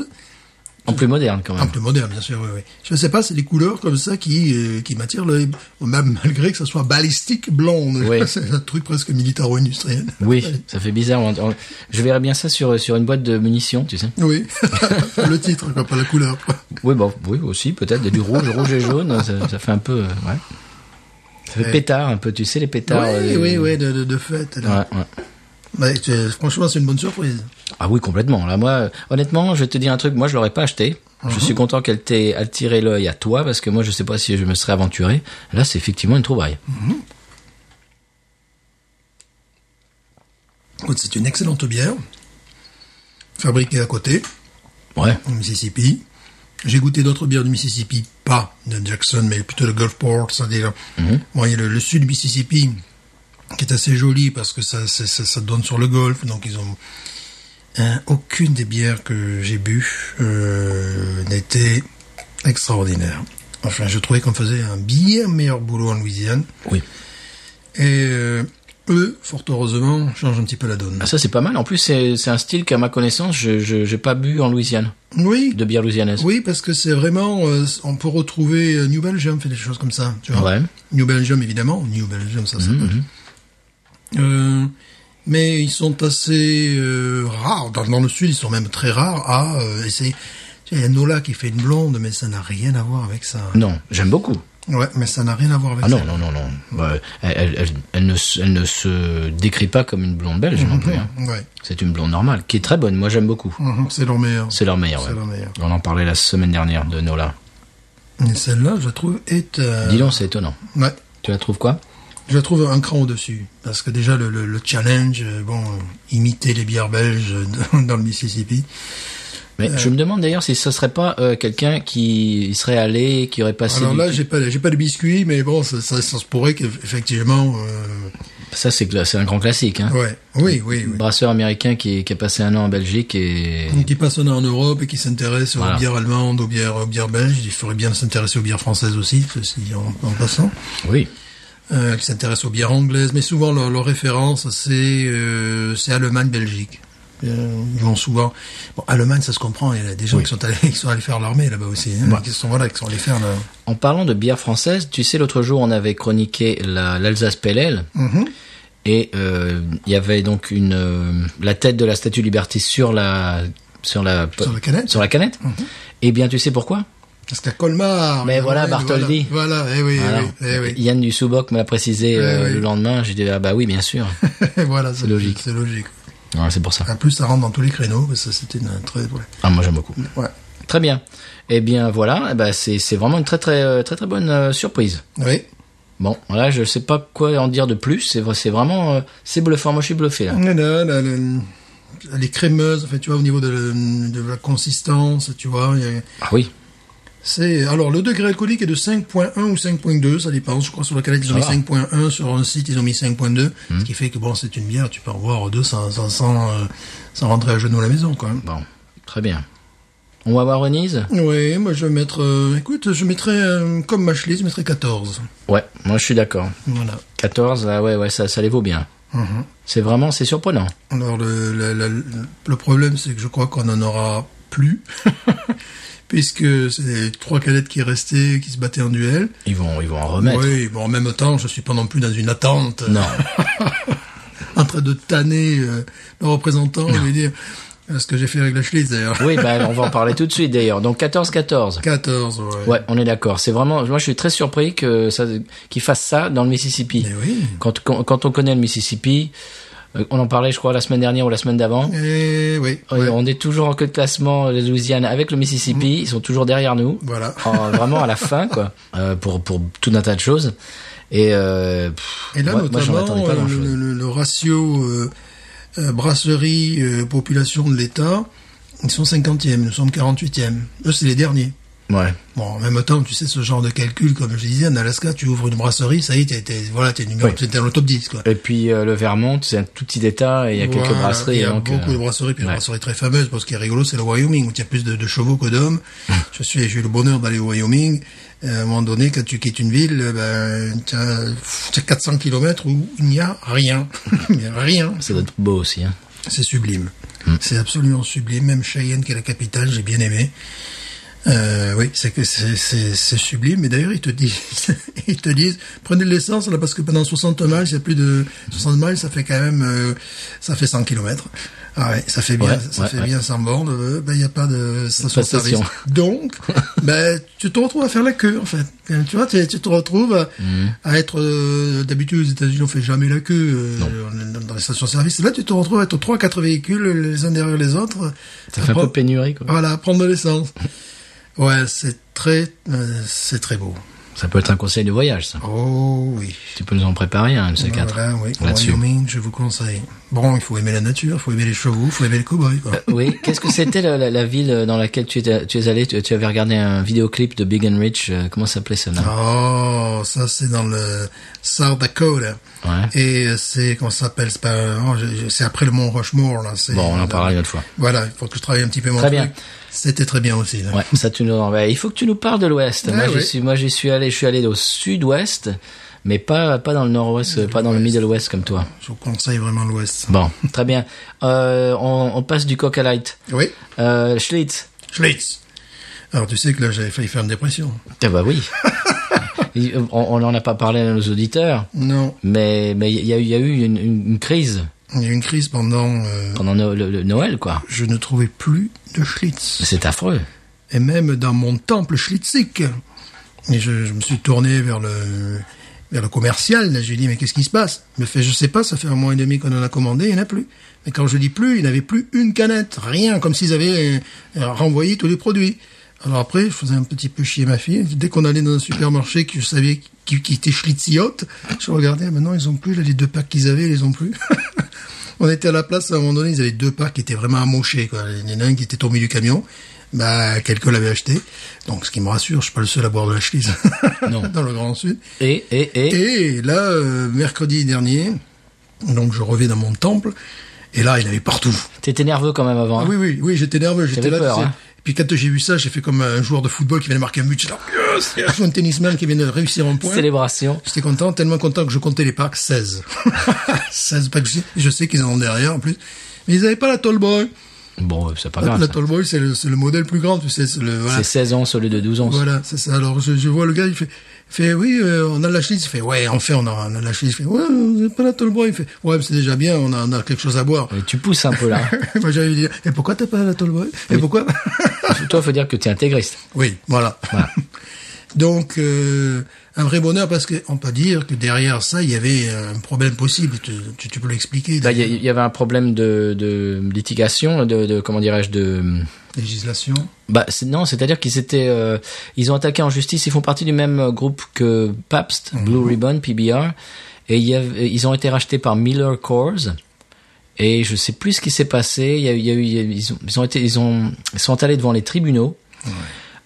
Speaker 1: En plus moderne quand
Speaker 2: un
Speaker 1: même.
Speaker 2: peu moderne, bien sûr. Oui, oui. Je sais pas, c'est des couleurs comme ça qui euh, qui m'attirent l'œil, même malgré que ça soit balistique blonde.
Speaker 1: Oui.
Speaker 2: c'est un truc presque militaro-industriel.
Speaker 1: Oui, ça fait bizarre. On- on- Je verrais bien ça sur, sur une boîte de munitions, tu sais.
Speaker 2: Oui, le titre, quoi, pas la couleur. quoi.
Speaker 1: Oui, bah, oui aussi, peut-être. Du rouge, rouge et jaune, ça, ça fait un peu. euh, ouais. Le pétard, un peu, tu sais, les pétards.
Speaker 2: Oui,
Speaker 1: euh,
Speaker 2: oui, oui, de, de, de fait.
Speaker 1: Ouais,
Speaker 2: là.
Speaker 1: ouais.
Speaker 2: Bah, c'est- franchement, c'est une bonne surprise.
Speaker 1: Ah oui, complètement. Là, moi, euh, honnêtement, je vais te dire un truc. Moi, je l'aurais pas acheté. Je
Speaker 2: Mhm.
Speaker 1: suis content qu'elle t'ait attiré l'œil à toi parce que moi, je sais pas si je me serais aventuré. Là, c'est effectivement une trouvaille.
Speaker 2: Écoute, c'est une excellente bière, fabriquée à côté,
Speaker 1: Ouais.
Speaker 2: au Mississippi. J'ai goûté d'autres bières du Mississippi, pas de Jackson, mais plutôt de Gulfport, c'est-à-dire,
Speaker 1: Mhm.
Speaker 2: bon, il y a le, le sud du Mississippi, qui est assez joli parce que ça, ça, ça- ça donne sur le golfe, donc ils ont hein, aucune des bières que j'ai bu euh, n'était extraordinaire. Enfin, je trouvais qu'on faisait un bien meilleur boulot en Louisiane.
Speaker 1: Oui.
Speaker 2: Et euh, eux, fort heureusement, changent un petit peu la donne.
Speaker 1: Ah, ça, c'est pas mal. En plus, c'est c'est un style qu'à ma connaissance, je je- j'ai pas bu en Louisiane
Speaker 2: Oui,
Speaker 1: de bière louisianaise.
Speaker 2: oui, parce que c'est vraiment, euh, on peut retrouver euh, New Belgium, fait des choses comme ça. Tu vois.
Speaker 1: Ouais. Mhm,
Speaker 2: New Belgium, évidemment. New Belgium, ça s'appelle. Euh, mais ils sont assez euh, rares. Dans, dans le sud, ils sont même très rares à euh, essayer. Tu sais, Il y a Nola qui fait une blonde, mais ça n'a rien à voir avec ça.
Speaker 1: Non, j'aime beaucoup.
Speaker 2: Ouais, mais ça n'a rien à voir avec
Speaker 1: Ah
Speaker 2: ça.
Speaker 1: non, non, non, non. Bah, elle, elle- elle- elle ne, se- elle ne se décrit pas comme une blonde belge
Speaker 2: Mhm.
Speaker 1: non plus. hein.
Speaker 2: Ouais.
Speaker 1: C'est une blonde normale, qui est très bonne. Moi, j'aime beaucoup.
Speaker 2: Mhm, C'est leur meilleur.
Speaker 1: C'est leur meilleur.
Speaker 2: C'est
Speaker 1: ouais.
Speaker 2: leur meilleur.
Speaker 1: On en parlait la semaine dernière de Nola.
Speaker 2: Et celle-là, je trouve, est... euh,
Speaker 1: Dis donc, c'est étonnant.
Speaker 2: ouais.
Speaker 1: Tu la trouves quoi
Speaker 2: Je la trouve un cran au-dessus. Parce que déjà, le, le- le challenge, euh, bon, euh, imiter les bières belges euh, dans- dans le Mississippi. Euh.
Speaker 1: Mais je me demande d'ailleurs si ce serait pas euh, quelqu'un qui serait allé, qui aurait passé.
Speaker 2: Alors
Speaker 1: du-
Speaker 2: là, j'ai pas, j'ai pas de biscuits, mais bon, ça, ça, ça se pourrait qu'effectivement, euh,
Speaker 1: Ça, c'est cla- c'est un grand classique. Hein.
Speaker 2: ouais, oui, oui, oui.
Speaker 1: Brasseur américain qui, qui a passé un an en Belgique et.
Speaker 2: Qui passe un an en Europe et qui s'intéresse
Speaker 1: Voilà.
Speaker 2: aux bières allemandes, aux bières, aux bières belges, il faudrait bien s'intéresser aux bières françaises aussi, ceci en, en passant,
Speaker 1: Oui.
Speaker 2: euh, qui s'intéresse aux bières anglaises, mais souvent leur, leur référence c'est euh, c'est Allemagne-Belgique. Euh, Ils vont souvent. Bon, Allemagne, ça se comprend. Il y a des gens qui sont allés, qui sont allés faire l'armée là-bas aussi. Hein, Qui sont voilà, qui sont allés faire. La...
Speaker 1: En parlant de bière française, tu sais, l'autre jour, on avait chroniqué la- l'Alsace Pellel.
Speaker 2: Mhm.
Speaker 1: Et euh, il y avait donc une euh, la tête de la statue Liberté sur la sur la
Speaker 2: Sur la canette. Mhm.
Speaker 1: sur la canette. Eh bien, tu sais pourquoi
Speaker 2: Parce qu'à Colmar.
Speaker 1: Mais voilà,
Speaker 2: Lorraine,
Speaker 1: Bartholdi.
Speaker 2: Voilà, eh oui, eh
Speaker 1: Voilà.
Speaker 2: oui, eh oui. Eh
Speaker 1: Yann du Souboc me l'a précisé euh,
Speaker 2: oui.
Speaker 1: le lendemain. J'ai dit ah bah oui, bien sûr.
Speaker 2: voilà, c'est
Speaker 1: logique.
Speaker 2: C'est logique.
Speaker 1: Ouais, c'est pour ça.
Speaker 2: En plus, ça rentre dans tous les créneaux, parce que c'était une euh, très. Ouais.
Speaker 1: Ah, moi j'aime beaucoup.
Speaker 2: Ouais.
Speaker 1: Très bien. Eh bien voilà, eh ben, c'est c'est vraiment une très très euh, très très bonne euh, surprise.
Speaker 2: Oui.
Speaker 1: Bon, là je sais pas quoi en dire de plus. C'est vrai- c'est vraiment euh, c'est bluffant. Moi je suis bluffé là.
Speaker 2: Là, là, là, là, Elle est crémeuse, enfin, tu vois, au niveau de, la- de la consistance, tu vois. il y a-
Speaker 1: Ah oui.
Speaker 2: C'est alors le degré alcoolique est de 5.1 ou 5.2, ça dépend. Je crois sur la canette ils ont
Speaker 1: Ah.
Speaker 2: mis 5.1, sur un site ils ont mis 5.2, ce qui fait que bon, c'est une bière, tu peux en boire deux sans sans sans, euh, sans rentrer à genoux à la maison, quoi.
Speaker 1: Bon, très bien. On va voir Renise
Speaker 2: Oui, moi je vais mettre, euh, écoute, je mettrai euh, comme Machley, je mettrai 14.
Speaker 1: Ouais, moi je suis d'accord.
Speaker 2: Voilà.
Speaker 1: 14, là, ouais, ouais, ça, ça les vaut bien.
Speaker 2: Mm-hmm.
Speaker 1: C'est vraiment, c'est surprenant.
Speaker 2: Alors le, le, le, le problème, c'est que je crois qu'on en aura plus, puisque c'est les trois cadettes qui restaient, qui se battaient en duel.
Speaker 1: Ils vont, ils vont en remettre.
Speaker 2: Oui, bon, en même temps, je suis pas non plus dans une attente, euh,
Speaker 1: Non.
Speaker 2: en train de tanner euh, le représentant, et lui dire euh, ce que j'ai fait avec la Schlitz, d'ailleurs.
Speaker 1: oui, bah, on va en parler tout de suite d'ailleurs. Donc 14, 14.
Speaker 2: 14, ouais.
Speaker 1: Ouais, on est d'accord. C'est vraiment, moi je suis très surpris que ça, qu'ils fassent ça dans le Mississippi.
Speaker 2: Mais oui.
Speaker 1: Quand, quand, quand on connaît le Mississippi, euh, on en parlait, je crois, la semaine dernière ou la semaine d'avant.
Speaker 2: Et Eh oui.
Speaker 1: Euh,
Speaker 2: ouais. Mm-hmm.
Speaker 1: On est toujours en queue de classement, les Louisiane avec le Mississippi. Ils sont toujours derrière nous.
Speaker 2: Voilà.
Speaker 1: En- vraiment à la fin, quoi. Euh, pour, pour tout un tas de choses. Et, euh, pff,
Speaker 2: Et là,
Speaker 1: moi- moi, j'en
Speaker 2: notamment,
Speaker 1: attendais pas
Speaker 2: euh,
Speaker 1: grand chose.
Speaker 2: le, le- le ratio euh, euh, brasserie euh, population de l'État, ils sont 50e, nous sommes 48e. Eux, c'est les derniers.
Speaker 1: Ouais.
Speaker 2: Bon, en même temps, tu sais, ce genre de calcul, comme je disais, en Alaska, tu ouvres une brasserie, ça y est, t'es, t'es- voilà, t'es numéro,
Speaker 1: Oui.
Speaker 2: t'es dans le top 10, quoi.
Speaker 1: Et puis euh, le Vermont, c'est un tout petit état et il y a quelques
Speaker 2: Voilà,
Speaker 1: brasseries.
Speaker 2: Il y a
Speaker 1: donc,
Speaker 2: beaucoup
Speaker 1: euh,
Speaker 2: de brasseries, puis une
Speaker 1: ouais.
Speaker 2: brasserie très fameuse, parce qu'il est rigolo, c'est le Wyoming, où il y a plus de, de chevaux que d'hommes. je suis, j'ai eu le bonheur d'aller au Wyoming. Euh, à un moment donné, quand tu quittes une ville, euh, ben, t'as, pff, t'as 400 kilomètres où il n'y a rien. il n'y a rien.
Speaker 1: Ça doit être beau aussi. Hein. Hmm.
Speaker 2: C'est sublime. C'est absolument sublime. Même Cheyenne, qui est la capitale, j'ai bien aimé. Euh, oui, c'est que c'est- c'est c'est sublime. Mais d'ailleurs, ils te disent, ils te disent, prenez de l'essence là parce que pendant 60 miles, il y a plus de 60 miles, ça fait quand même, euh, ça fait 100 km. Ah ouais, ça fait bien,
Speaker 1: Ouais,
Speaker 2: ça
Speaker 1: ouais,
Speaker 2: fait
Speaker 1: ouais.
Speaker 2: bien 100 bornes. euh, Ben il n'y a pas de station service.
Speaker 1: station.
Speaker 2: Donc, ben tu te retrouves à faire la queue en fait. Quand Tu vois, tu, tu te retrouves à,
Speaker 1: Mhm.
Speaker 2: à être euh, d'habitude aux États-Unis, on fait jamais la queue euh, dans- dans les stations service. Là, tu te retrouves à être trois quatre véhicules les uns derrière les autres.
Speaker 1: Ça fait un
Speaker 2: Après-
Speaker 1: peu pénurie, quoi.
Speaker 2: voilà, prendre de l'essence. Ouais, c'est très, euh, c'est très beau.
Speaker 1: Ça peut être un conseil de voyage, ça.
Speaker 2: Oh oui.
Speaker 1: Tu peux nous en préparer un, MC4.
Speaker 2: Voilà, oui. au
Speaker 1: Là-dessus.
Speaker 2: Wyoming, je vous conseille. Bon, il faut aimer la nature, il faut aimer les chevaux, il faut aimer les cow-boys. quoi.
Speaker 1: Oui, qu'est-ce que c'était la, la- la ville dans laquelle tu, étais- tu es allé tu, tu avais regardé un vidéoclip de Big and Rich, euh, comment ça s'appelait ce nom
Speaker 2: Oh, ça c'est dans le South Dakota.
Speaker 1: Ouais.
Speaker 2: Et euh, c'est comment ça s'appelle C'est pas- oh, je- je- c'est après le Mont Rushmore là. c'est- euh,
Speaker 1: Bon, on en parlera une autre fois.
Speaker 2: Voilà, il faut que je travaille un petit peu mon
Speaker 1: Très
Speaker 2: truc.
Speaker 1: bien.
Speaker 2: C'était très bien aussi. Là.
Speaker 1: Ouais, ça tu nous en- ouais, Il faut que tu nous parles de l'Ouest.
Speaker 2: Ah
Speaker 1: moi, j'y
Speaker 2: oui.
Speaker 1: suis, moi, j'y suis allé, je suis allé au Sud-Ouest, mais pas pas dans le Nord-Ouest, euh, pas dans le Middle West comme toi.
Speaker 2: Je vous conseille vraiment l'Ouest.
Speaker 1: Bon, très bien. Euh, on, on passe du coq à light.
Speaker 2: Oui,
Speaker 1: Euh, Schlitz.
Speaker 2: Schlitz. Alors tu sais que là j'avais failli faire une dépression.
Speaker 1: Ah bah oui. Il- on n'en a pas parlé à nos auditeurs,
Speaker 2: Non,
Speaker 1: mais mais il y a, eu- il y a eu une, une- une crise
Speaker 2: il y a eu une crise pendant. euh,
Speaker 1: pendant no- le- le Noël, quoi.
Speaker 2: je ne trouvais plus de Schlitz.
Speaker 1: C'est affreux.
Speaker 2: Et même dans mon temple schlitzique. Et je, je me suis tourné vers le, vers le commercial. là, Je lui ai dit, mais qu'est-ce qui se passe Il me fait, je sais pas, ça fait un mois et demi qu'on en a commandé, il n'y en a plus. Mais quand je dis plus, il n'avait plus une canette, rien, comme s'ils avaient euh, renvoyé tous les produits. Alors après, je faisais un petit peu chier ma fille. Dès qu'on allait dans un supermarché, que je savais qui, qui était schlitziote, je regardais, ah, maintenant ils ont plus, là, les deux packs qu'ils avaient, ils les ont plus. On était à la place, à un moment donné, ils avaient deux packs qui étaient vraiment amochés. Quoi. Il y en a un qui était tombé du camion. Bah, quelqu'un l'avait acheté. Donc, ce qui me rassure, je suis pas le seul à boire de la Schlitz
Speaker 1: Non.
Speaker 2: dans le Grand Sud.
Speaker 1: Et et et.
Speaker 2: Et là, euh, mercredi dernier, donc je reviens dans mon temple. Et là, il y en avait partout.
Speaker 1: T'étais nerveux quand même avant.
Speaker 2: Ah
Speaker 1: hein.
Speaker 2: oui, oui, oui, j'étais nerveux, j'étais
Speaker 1: T'avais
Speaker 2: là. tu
Speaker 1: peur,
Speaker 2: sais.
Speaker 1: hein.
Speaker 2: Et puis quand j'ai vu ça, j'ai fait comme un joueur de football qui vient de marquer un but. J'ai dit, Oh, yes,
Speaker 1: Ah.
Speaker 2: yes, un tennisman qui vient de réussir un point.
Speaker 1: Célébration.
Speaker 2: J'étais content, tellement content que je comptais les packs, 16. 16 packs, je sais- je sais qu'ils en ont derrière en plus. Mais ils n'avaient pas la Tallboy.
Speaker 1: Bon, c'est pas
Speaker 2: La,
Speaker 1: grave.
Speaker 2: la
Speaker 1: Ah ça.
Speaker 2: Tallboy, c'est le, c'est le modèle plus grand, tu sais. c'est Le, voilà,
Speaker 1: C'est 16 ans au lieu de 12 ans.
Speaker 2: Voilà, c'est ça. Alors je, je vois le gars, il fait, il fait oui, euh, on a la chlise. Il fait, ouais, enfin, on a, on a la chlise. Il fait, ouais, vous n'avez pas la Tallboy. Il fait, ouais, mais c'est déjà bien, on a, on a quelque chose à boire.
Speaker 1: Et Tu pousses un peu là.
Speaker 2: Moi, j'allais lui dire, et pourquoi t'as pas la Tallboy Et pourquoi
Speaker 1: Toi, faut dire que tu es intégriste.
Speaker 2: Oui, voilà. Donc, euh, un vrai bonheur parce qu'on peut dire que derrière ça, il y avait euh, un problème possible. Tu, tu, tu peux
Speaker 1: Là,
Speaker 2: l'expliquer.
Speaker 1: il Bah, y a- il y, avait un problème de, de litigation, de, de- comment dirais-je, de.
Speaker 2: Législation.
Speaker 1: Bah c'est- non, c'est-à-dire qu'ils étaient, euh, ils ont attaqué en justice. Ils font partie du même euh, groupe que Pabst, Blue Ribbon, PBR, et il y avait- ils ont été rachetés par Miller Coors. Et je sais plus ce qui s'est passé. Il y a, eu- il y a eu, il y a eu- ils, ont, ils ont été, ils ont, ils sont allés devant les tribunaux.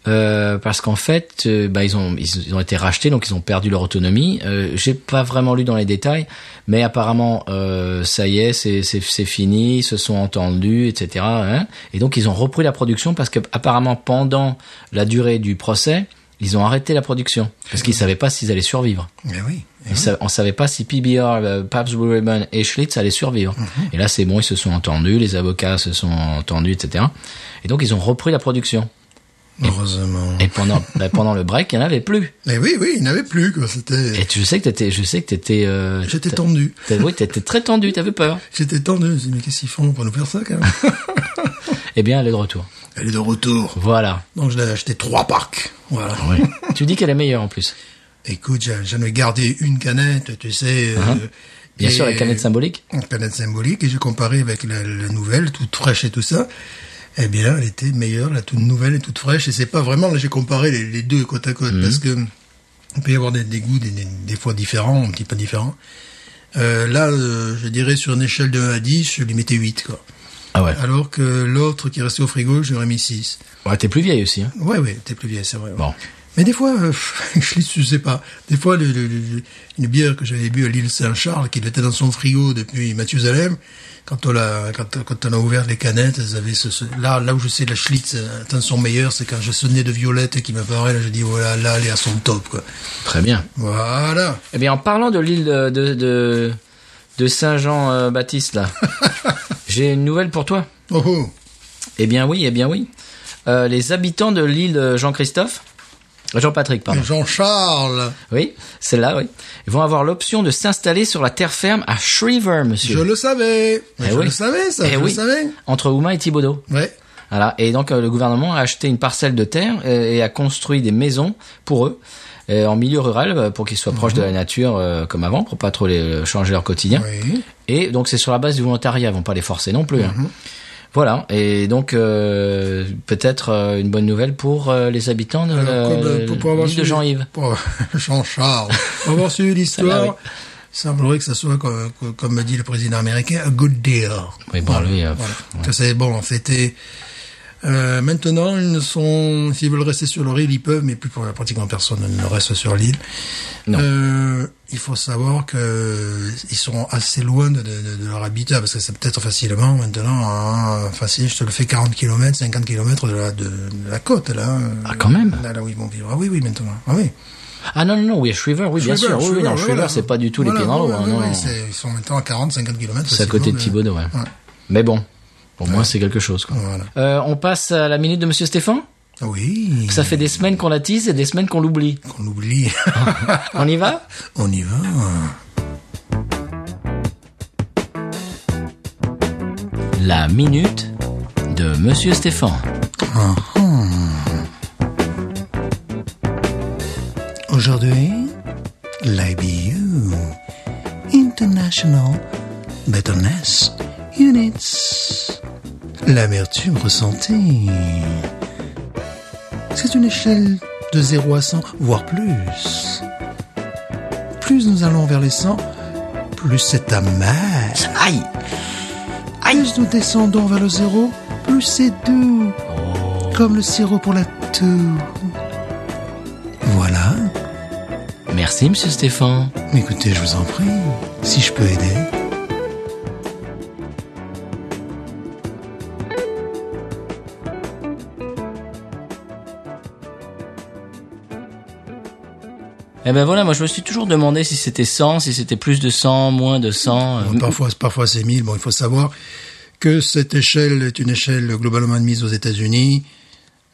Speaker 1: Euh, parce qu'en fait, euh, bah, ils ont ils, ils ont été rachetés, donc ils ont perdu leur autonomie. Euh, J'ai pas vraiment lu dans les détails, mais apparemment, euh, ça y est, c'est c'est c'est fini, ils se sont entendus, etc. hein. Et donc ils ont repris la production parce que apparemment pendant la durée du procès, ils ont arrêté la production parce qu'ils savaient pas s'ils allaient survivre.
Speaker 2: Mais Eh oui.
Speaker 1: Ils sa- on savait pas si PBR, euh, Pabst Blue Ribbon et Schlitz allaient survivre. Et là, c'est bon, ils se sont entendus, les avocats se sont entendus, etc. Et donc ils ont repris la production.
Speaker 2: Heureusement.
Speaker 1: Et pendant, bah, pendant le break, il n'y en avait plus.
Speaker 2: Mais oui, oui, il n'y en avait plus, quoi. C'était,
Speaker 1: Et tu sais que t'étais, je sais que t'étais, euh,
Speaker 2: j'étais
Speaker 1: t'a-
Speaker 2: tendu.
Speaker 1: t'as- Oui, t'étais très tendu, t'avais peur.
Speaker 2: J'étais tendu. Je me suis dit, mais qu'est-ce qu'ils font pour nous faire ça, quand même?
Speaker 1: Eh bien, elle est de retour.
Speaker 2: Elle est de retour.
Speaker 1: Voilà.
Speaker 2: Donc, je l'avais acheté trois packs. Voilà.
Speaker 1: tu dis qu'elle est meilleure en plus.
Speaker 2: Écoute, j'en j'en ai gardé une canette, tu sais. euh,
Speaker 1: Bien
Speaker 2: et-
Speaker 1: sûr, la canette symbolique.
Speaker 2: une planète symbolique et j'ai comparé avec la, la nouvelle toute fraîche et tout ça eh bien elle était meilleure la toute nouvelle et toute fraîche et c'est pas vraiment là j'ai comparé les, les deux côte à côte parce que il peut y avoir des, des goûts des, des, des fois différents un petit peu différents Euh, là euh, je dirais sur une échelle de 1 à 10 je lui mettais 8 quoi
Speaker 1: Ah ouais.
Speaker 2: alors que l'autre qui restait au frigo j'aurais mis 6
Speaker 1: Ouais, t'es plus vieille aussi. Hein.
Speaker 2: ouais ouais t'es plus vieille c'est vrai ouais.
Speaker 1: Bon.
Speaker 2: Mais des fois, euh, je ne sais pas. Des fois, le, le- le- une bière que j'avais bu à l'île Saint-Charles, qui était dans son frigo depuis Mathusalem, quand on l'a, quand, quand on a ouvert les canettes, elles avaient ce, ce- là, là où je sais la Schlitz euh, atteint son meilleur, c'est quand je sonnais de Violette qui m'apparaît, là, je dis voilà, là, elle est à son top, quoi.
Speaker 1: Très bien.
Speaker 2: Voilà.
Speaker 1: Eh bien, en parlant de l'île de, de, de, de Saint-Jean-Baptiste, là, j'ai une nouvelle pour toi.
Speaker 2: Oh oh.
Speaker 1: Eh bien oui, eh bien oui. euh, les habitants de l'île Jean-Christophe, Jean-Patrick, pardon.
Speaker 2: Jean-Charles,
Speaker 1: Oui, celle-là, oui. Ils vont avoir l'option de s'installer sur la terre ferme à Shriver, monsieur.
Speaker 2: je le savais.
Speaker 1: Eh
Speaker 2: je
Speaker 1: oui.
Speaker 2: le savais, ça,
Speaker 1: Eh
Speaker 2: je
Speaker 1: oui.
Speaker 2: le savais.
Speaker 1: Entre Houma et Thibaudot.
Speaker 2: Ouais.
Speaker 1: Voilà. Et donc, euh, le gouvernement a acheté une parcelle de terre euh, et a construit des maisons pour eux, euh, en milieu rural, euh, pour qu'ils soient proches de
Speaker 2: Mhm.
Speaker 1: la nature euh, comme avant, pour pas trop les, euh, changer leur quotidien.
Speaker 2: Oui.
Speaker 1: Et donc, c'est sur la base du volontariat, ils vont pas les forcer non plus.
Speaker 2: Mhm.
Speaker 1: hein. Voilà. Et donc, euh, peut-être euh, une bonne nouvelle pour euh, les habitants de
Speaker 2: Alors,
Speaker 1: la-
Speaker 2: comme, euh, pour- pour avoir
Speaker 1: l'île de
Speaker 2: suivi-
Speaker 1: Jean-Yves.
Speaker 2: pour- Jean-Charles. Pour avoir suivi l'histoire,
Speaker 1: Celle-là, oui.
Speaker 2: il semblerait que ça soit, comme, comme me dit le président américain, a good deal.
Speaker 1: Oui, bon, lui, euh,
Speaker 2: Voilà.
Speaker 1: pff, ouais.
Speaker 2: Que c'est bon, c'était. Euh, maintenant, ils ne sont, s'ils veulent rester sur leur île, ils peuvent, mais plus pour pratiquement personne ne reste sur l'île.
Speaker 1: Non.
Speaker 2: Euh, il faut savoir que euh, ils sont assez loin de, de- de leur habitat parce que c'est peut-être facilement maintenant, hein, facile, je te le fais 40 km, 50 km de la, de, de la côte là. hein.
Speaker 1: Ah, quand même.
Speaker 2: Là, là où ils vont vivre. Ah oui, oui, maintenant. Ah oui.
Speaker 1: Ah non, non, non, oui, Shriver, oui, bien sûr. Oui,
Speaker 2: Schreiber,
Speaker 1: oui,
Speaker 2: Schreiber,
Speaker 1: non, Shriver,
Speaker 2: voilà.
Speaker 1: c'est pas du tout
Speaker 2: Voilà,
Speaker 1: les pieds dans l'eau.
Speaker 2: ouais,
Speaker 1: hein,
Speaker 2: ouais,
Speaker 1: non,
Speaker 2: ouais,
Speaker 1: non.
Speaker 2: c'est- ils sont maintenant à 40, 50 km.
Speaker 1: C'est à côté de Thibaudot, ouais. Mais bon, au moins c'est quelque chose. Quoi.
Speaker 2: Voilà. Ah
Speaker 1: Euh, on passe à la minute de Monsieur Stéphane.
Speaker 2: Oui.
Speaker 1: Ça fait des semaines qu'on la tease et des semaines qu'on l'oublie.
Speaker 2: Qu'on oublie.
Speaker 1: On y va
Speaker 2: On y va.
Speaker 1: La minute de Monsieur Stéphane.
Speaker 2: Aujourd'hui, l'IBU, International Bitterness Units, l'amertume ressentie. C'est une échelle de 0 à 100, voire plus. Plus nous allons vers les 100, plus c'est amer.
Speaker 1: Aïe
Speaker 2: Plus nous descendons vers le zéro, plus c'est doux. Comme le sirop pour la toux. Voilà.
Speaker 1: Merci Monsieur Stéphane.
Speaker 2: Écoutez, je vous en prie. Si je peux aider.
Speaker 1: Eh ben voilà, moi je me suis toujours demandé si c'était 100, si c'était plus de 100, moins de 100. euh,
Speaker 2: Bon, Parfois, parfois c'est 1000. Bon, il faut savoir que cette échelle est une échelle globalement admise aux États-Unis.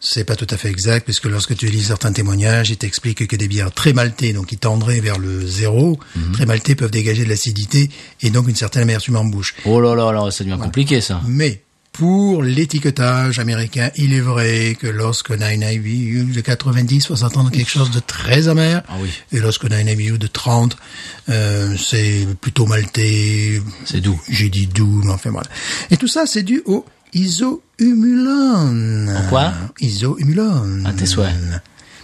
Speaker 2: C'est pas tout à fait exact, puisque lorsque tu lis certains témoignages, ils t'expliquent que des bières très maltées, donc qui tendraient vers le zéro, très maltées peuvent dégager de l'acidité et donc une certaine amertume en bouche.
Speaker 1: Oh là là là, ça devient compliqué ça.
Speaker 2: Mais pour l'étiquetage américain, il est vrai que lorsque 9IBU de 90 faut s'attendre à quelque chose de très amer.
Speaker 1: Ah oui.
Speaker 2: Et lorsque 9IBU de 30, euh, c'est plutôt maltais.
Speaker 1: C'est doux.
Speaker 2: J'ai dit doux, mais enfin voilà. Et tout ça, c'est dû au isohumulone.
Speaker 1: Au quoi
Speaker 2: Isohumulone.
Speaker 1: À tes souhaits.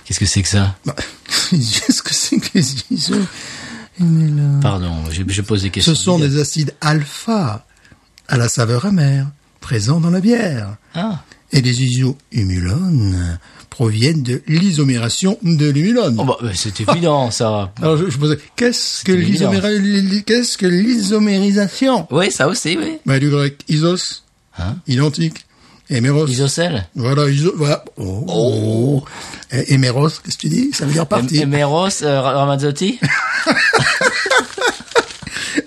Speaker 1: Qu'est-ce que c'est que ça
Speaker 2: Bah, Qu'est-ce que c'est que les isohumulones
Speaker 1: Pardon, je, je pose des questions.
Speaker 2: ce sont des acides alpha à la saveur amère présents dans la bière.
Speaker 1: Ah,
Speaker 2: Et les isohumulones proviennent de l'isomération de l'humulone.
Speaker 1: Oh bah, c'est évident ça.
Speaker 2: Alors je, je posais, qu'est-ce que
Speaker 1: C'était évident.
Speaker 2: l'isoméra- li- li- qu'est-ce que l'isomérisation
Speaker 1: Oui, ça aussi, oui.
Speaker 2: Bah, Du grec isos,
Speaker 1: Hein
Speaker 2: identique, et méros.
Speaker 1: Isocèle
Speaker 2: Voilà, iso, voilà. Oh, Et, et méros, qu'est-ce que tu dis Ça veut dire partie.
Speaker 1: Emeros euh, Ra- Ramazzotti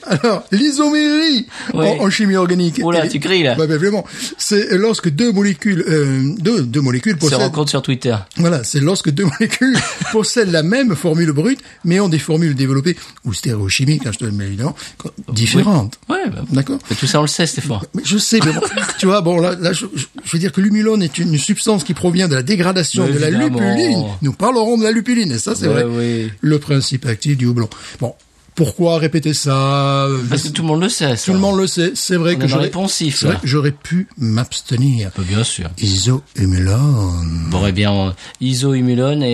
Speaker 2: Alors, l'isomérie
Speaker 1: Oui.
Speaker 2: en, en chimie organique.
Speaker 1: Oula,
Speaker 2: Elle-
Speaker 1: tu cries, là.
Speaker 2: Ouais, ben, vraiment. C'est lorsque deux molécules, euh, deux, deux molécules
Speaker 1: se
Speaker 2: possèdent.
Speaker 1: rencontre sur Twitter.
Speaker 2: Voilà, c'est lorsque deux molécules possèdent la même formule brute, mais ont des formules développées ou stéréochimiques, hein, je te le mets évidemment, quand- différentes.
Speaker 1: Ouais, bah,
Speaker 2: D'accord.
Speaker 1: mais tout ça on le sait, Stéphane.
Speaker 2: Mais je sais, mais bon, tu vois, bon là, là, je, je- je veux dire que l'humulone est une substance qui provient de la dégradation
Speaker 1: Mais
Speaker 2: de la
Speaker 1: évidemment.
Speaker 2: lupuline. Nous parlerons de la lupuline, et ça c'est
Speaker 1: Ouais,
Speaker 2: vrai.
Speaker 1: oui.
Speaker 2: Le principe actif du houblon. Bon, pourquoi répéter ça
Speaker 1: Parce que tout le monde le sait. Ça.
Speaker 2: Tout le monde le sait. C'est vrai
Speaker 1: On
Speaker 2: que
Speaker 1: est dans les
Speaker 2: j'aurais,
Speaker 1: poncifs,
Speaker 2: c'est vrai
Speaker 1: là.
Speaker 2: que j'aurais pu m'abstenir.
Speaker 1: Bah, Bien sûr.
Speaker 2: Isohumulone.
Speaker 1: Bon, eh bien, euh, Iso Humulone et,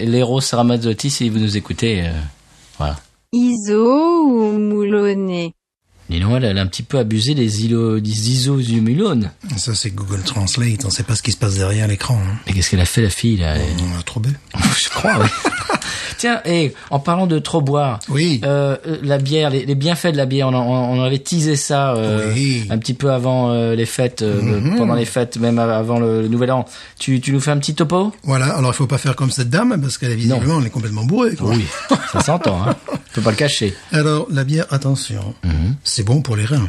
Speaker 1: et, et l'Eros Ramazzotti, si vous nous écoutez, euh, voilà.
Speaker 4: Iso ou moulonné
Speaker 1: Dis donc, elle, elle a un petit peu abusé des, ilo, des Iso Humulone.
Speaker 2: Ça, c'est Google Translate. On ne sait pas ce qui se passe derrière l'écran. hein.
Speaker 1: Mais qu'est-ce qu'elle a fait, la fille, là elle-
Speaker 2: On a trop bu.
Speaker 1: Oh, Je crois, oui. Tiens, et en parlant de trop boire,
Speaker 2: Oui.
Speaker 1: euh, euh, la bière, les, les bienfaits de la bière, on, en- on avait teasé ça euh,
Speaker 2: Oui. Mm-hmm.
Speaker 1: un petit peu avant euh, les fêtes, euh, pendant les fêtes, même avant le, le nouvel an. Tu, tu nous fais un petit topo
Speaker 2: Voilà. Alors, il faut pas faire comme cette dame parce qu'elle est visiblement, elle est complètement bourrée. quoi.
Speaker 1: ça s'entend, hein. On peut pas le cacher.
Speaker 2: Alors, la bière, attention. C'est bon pour les reins.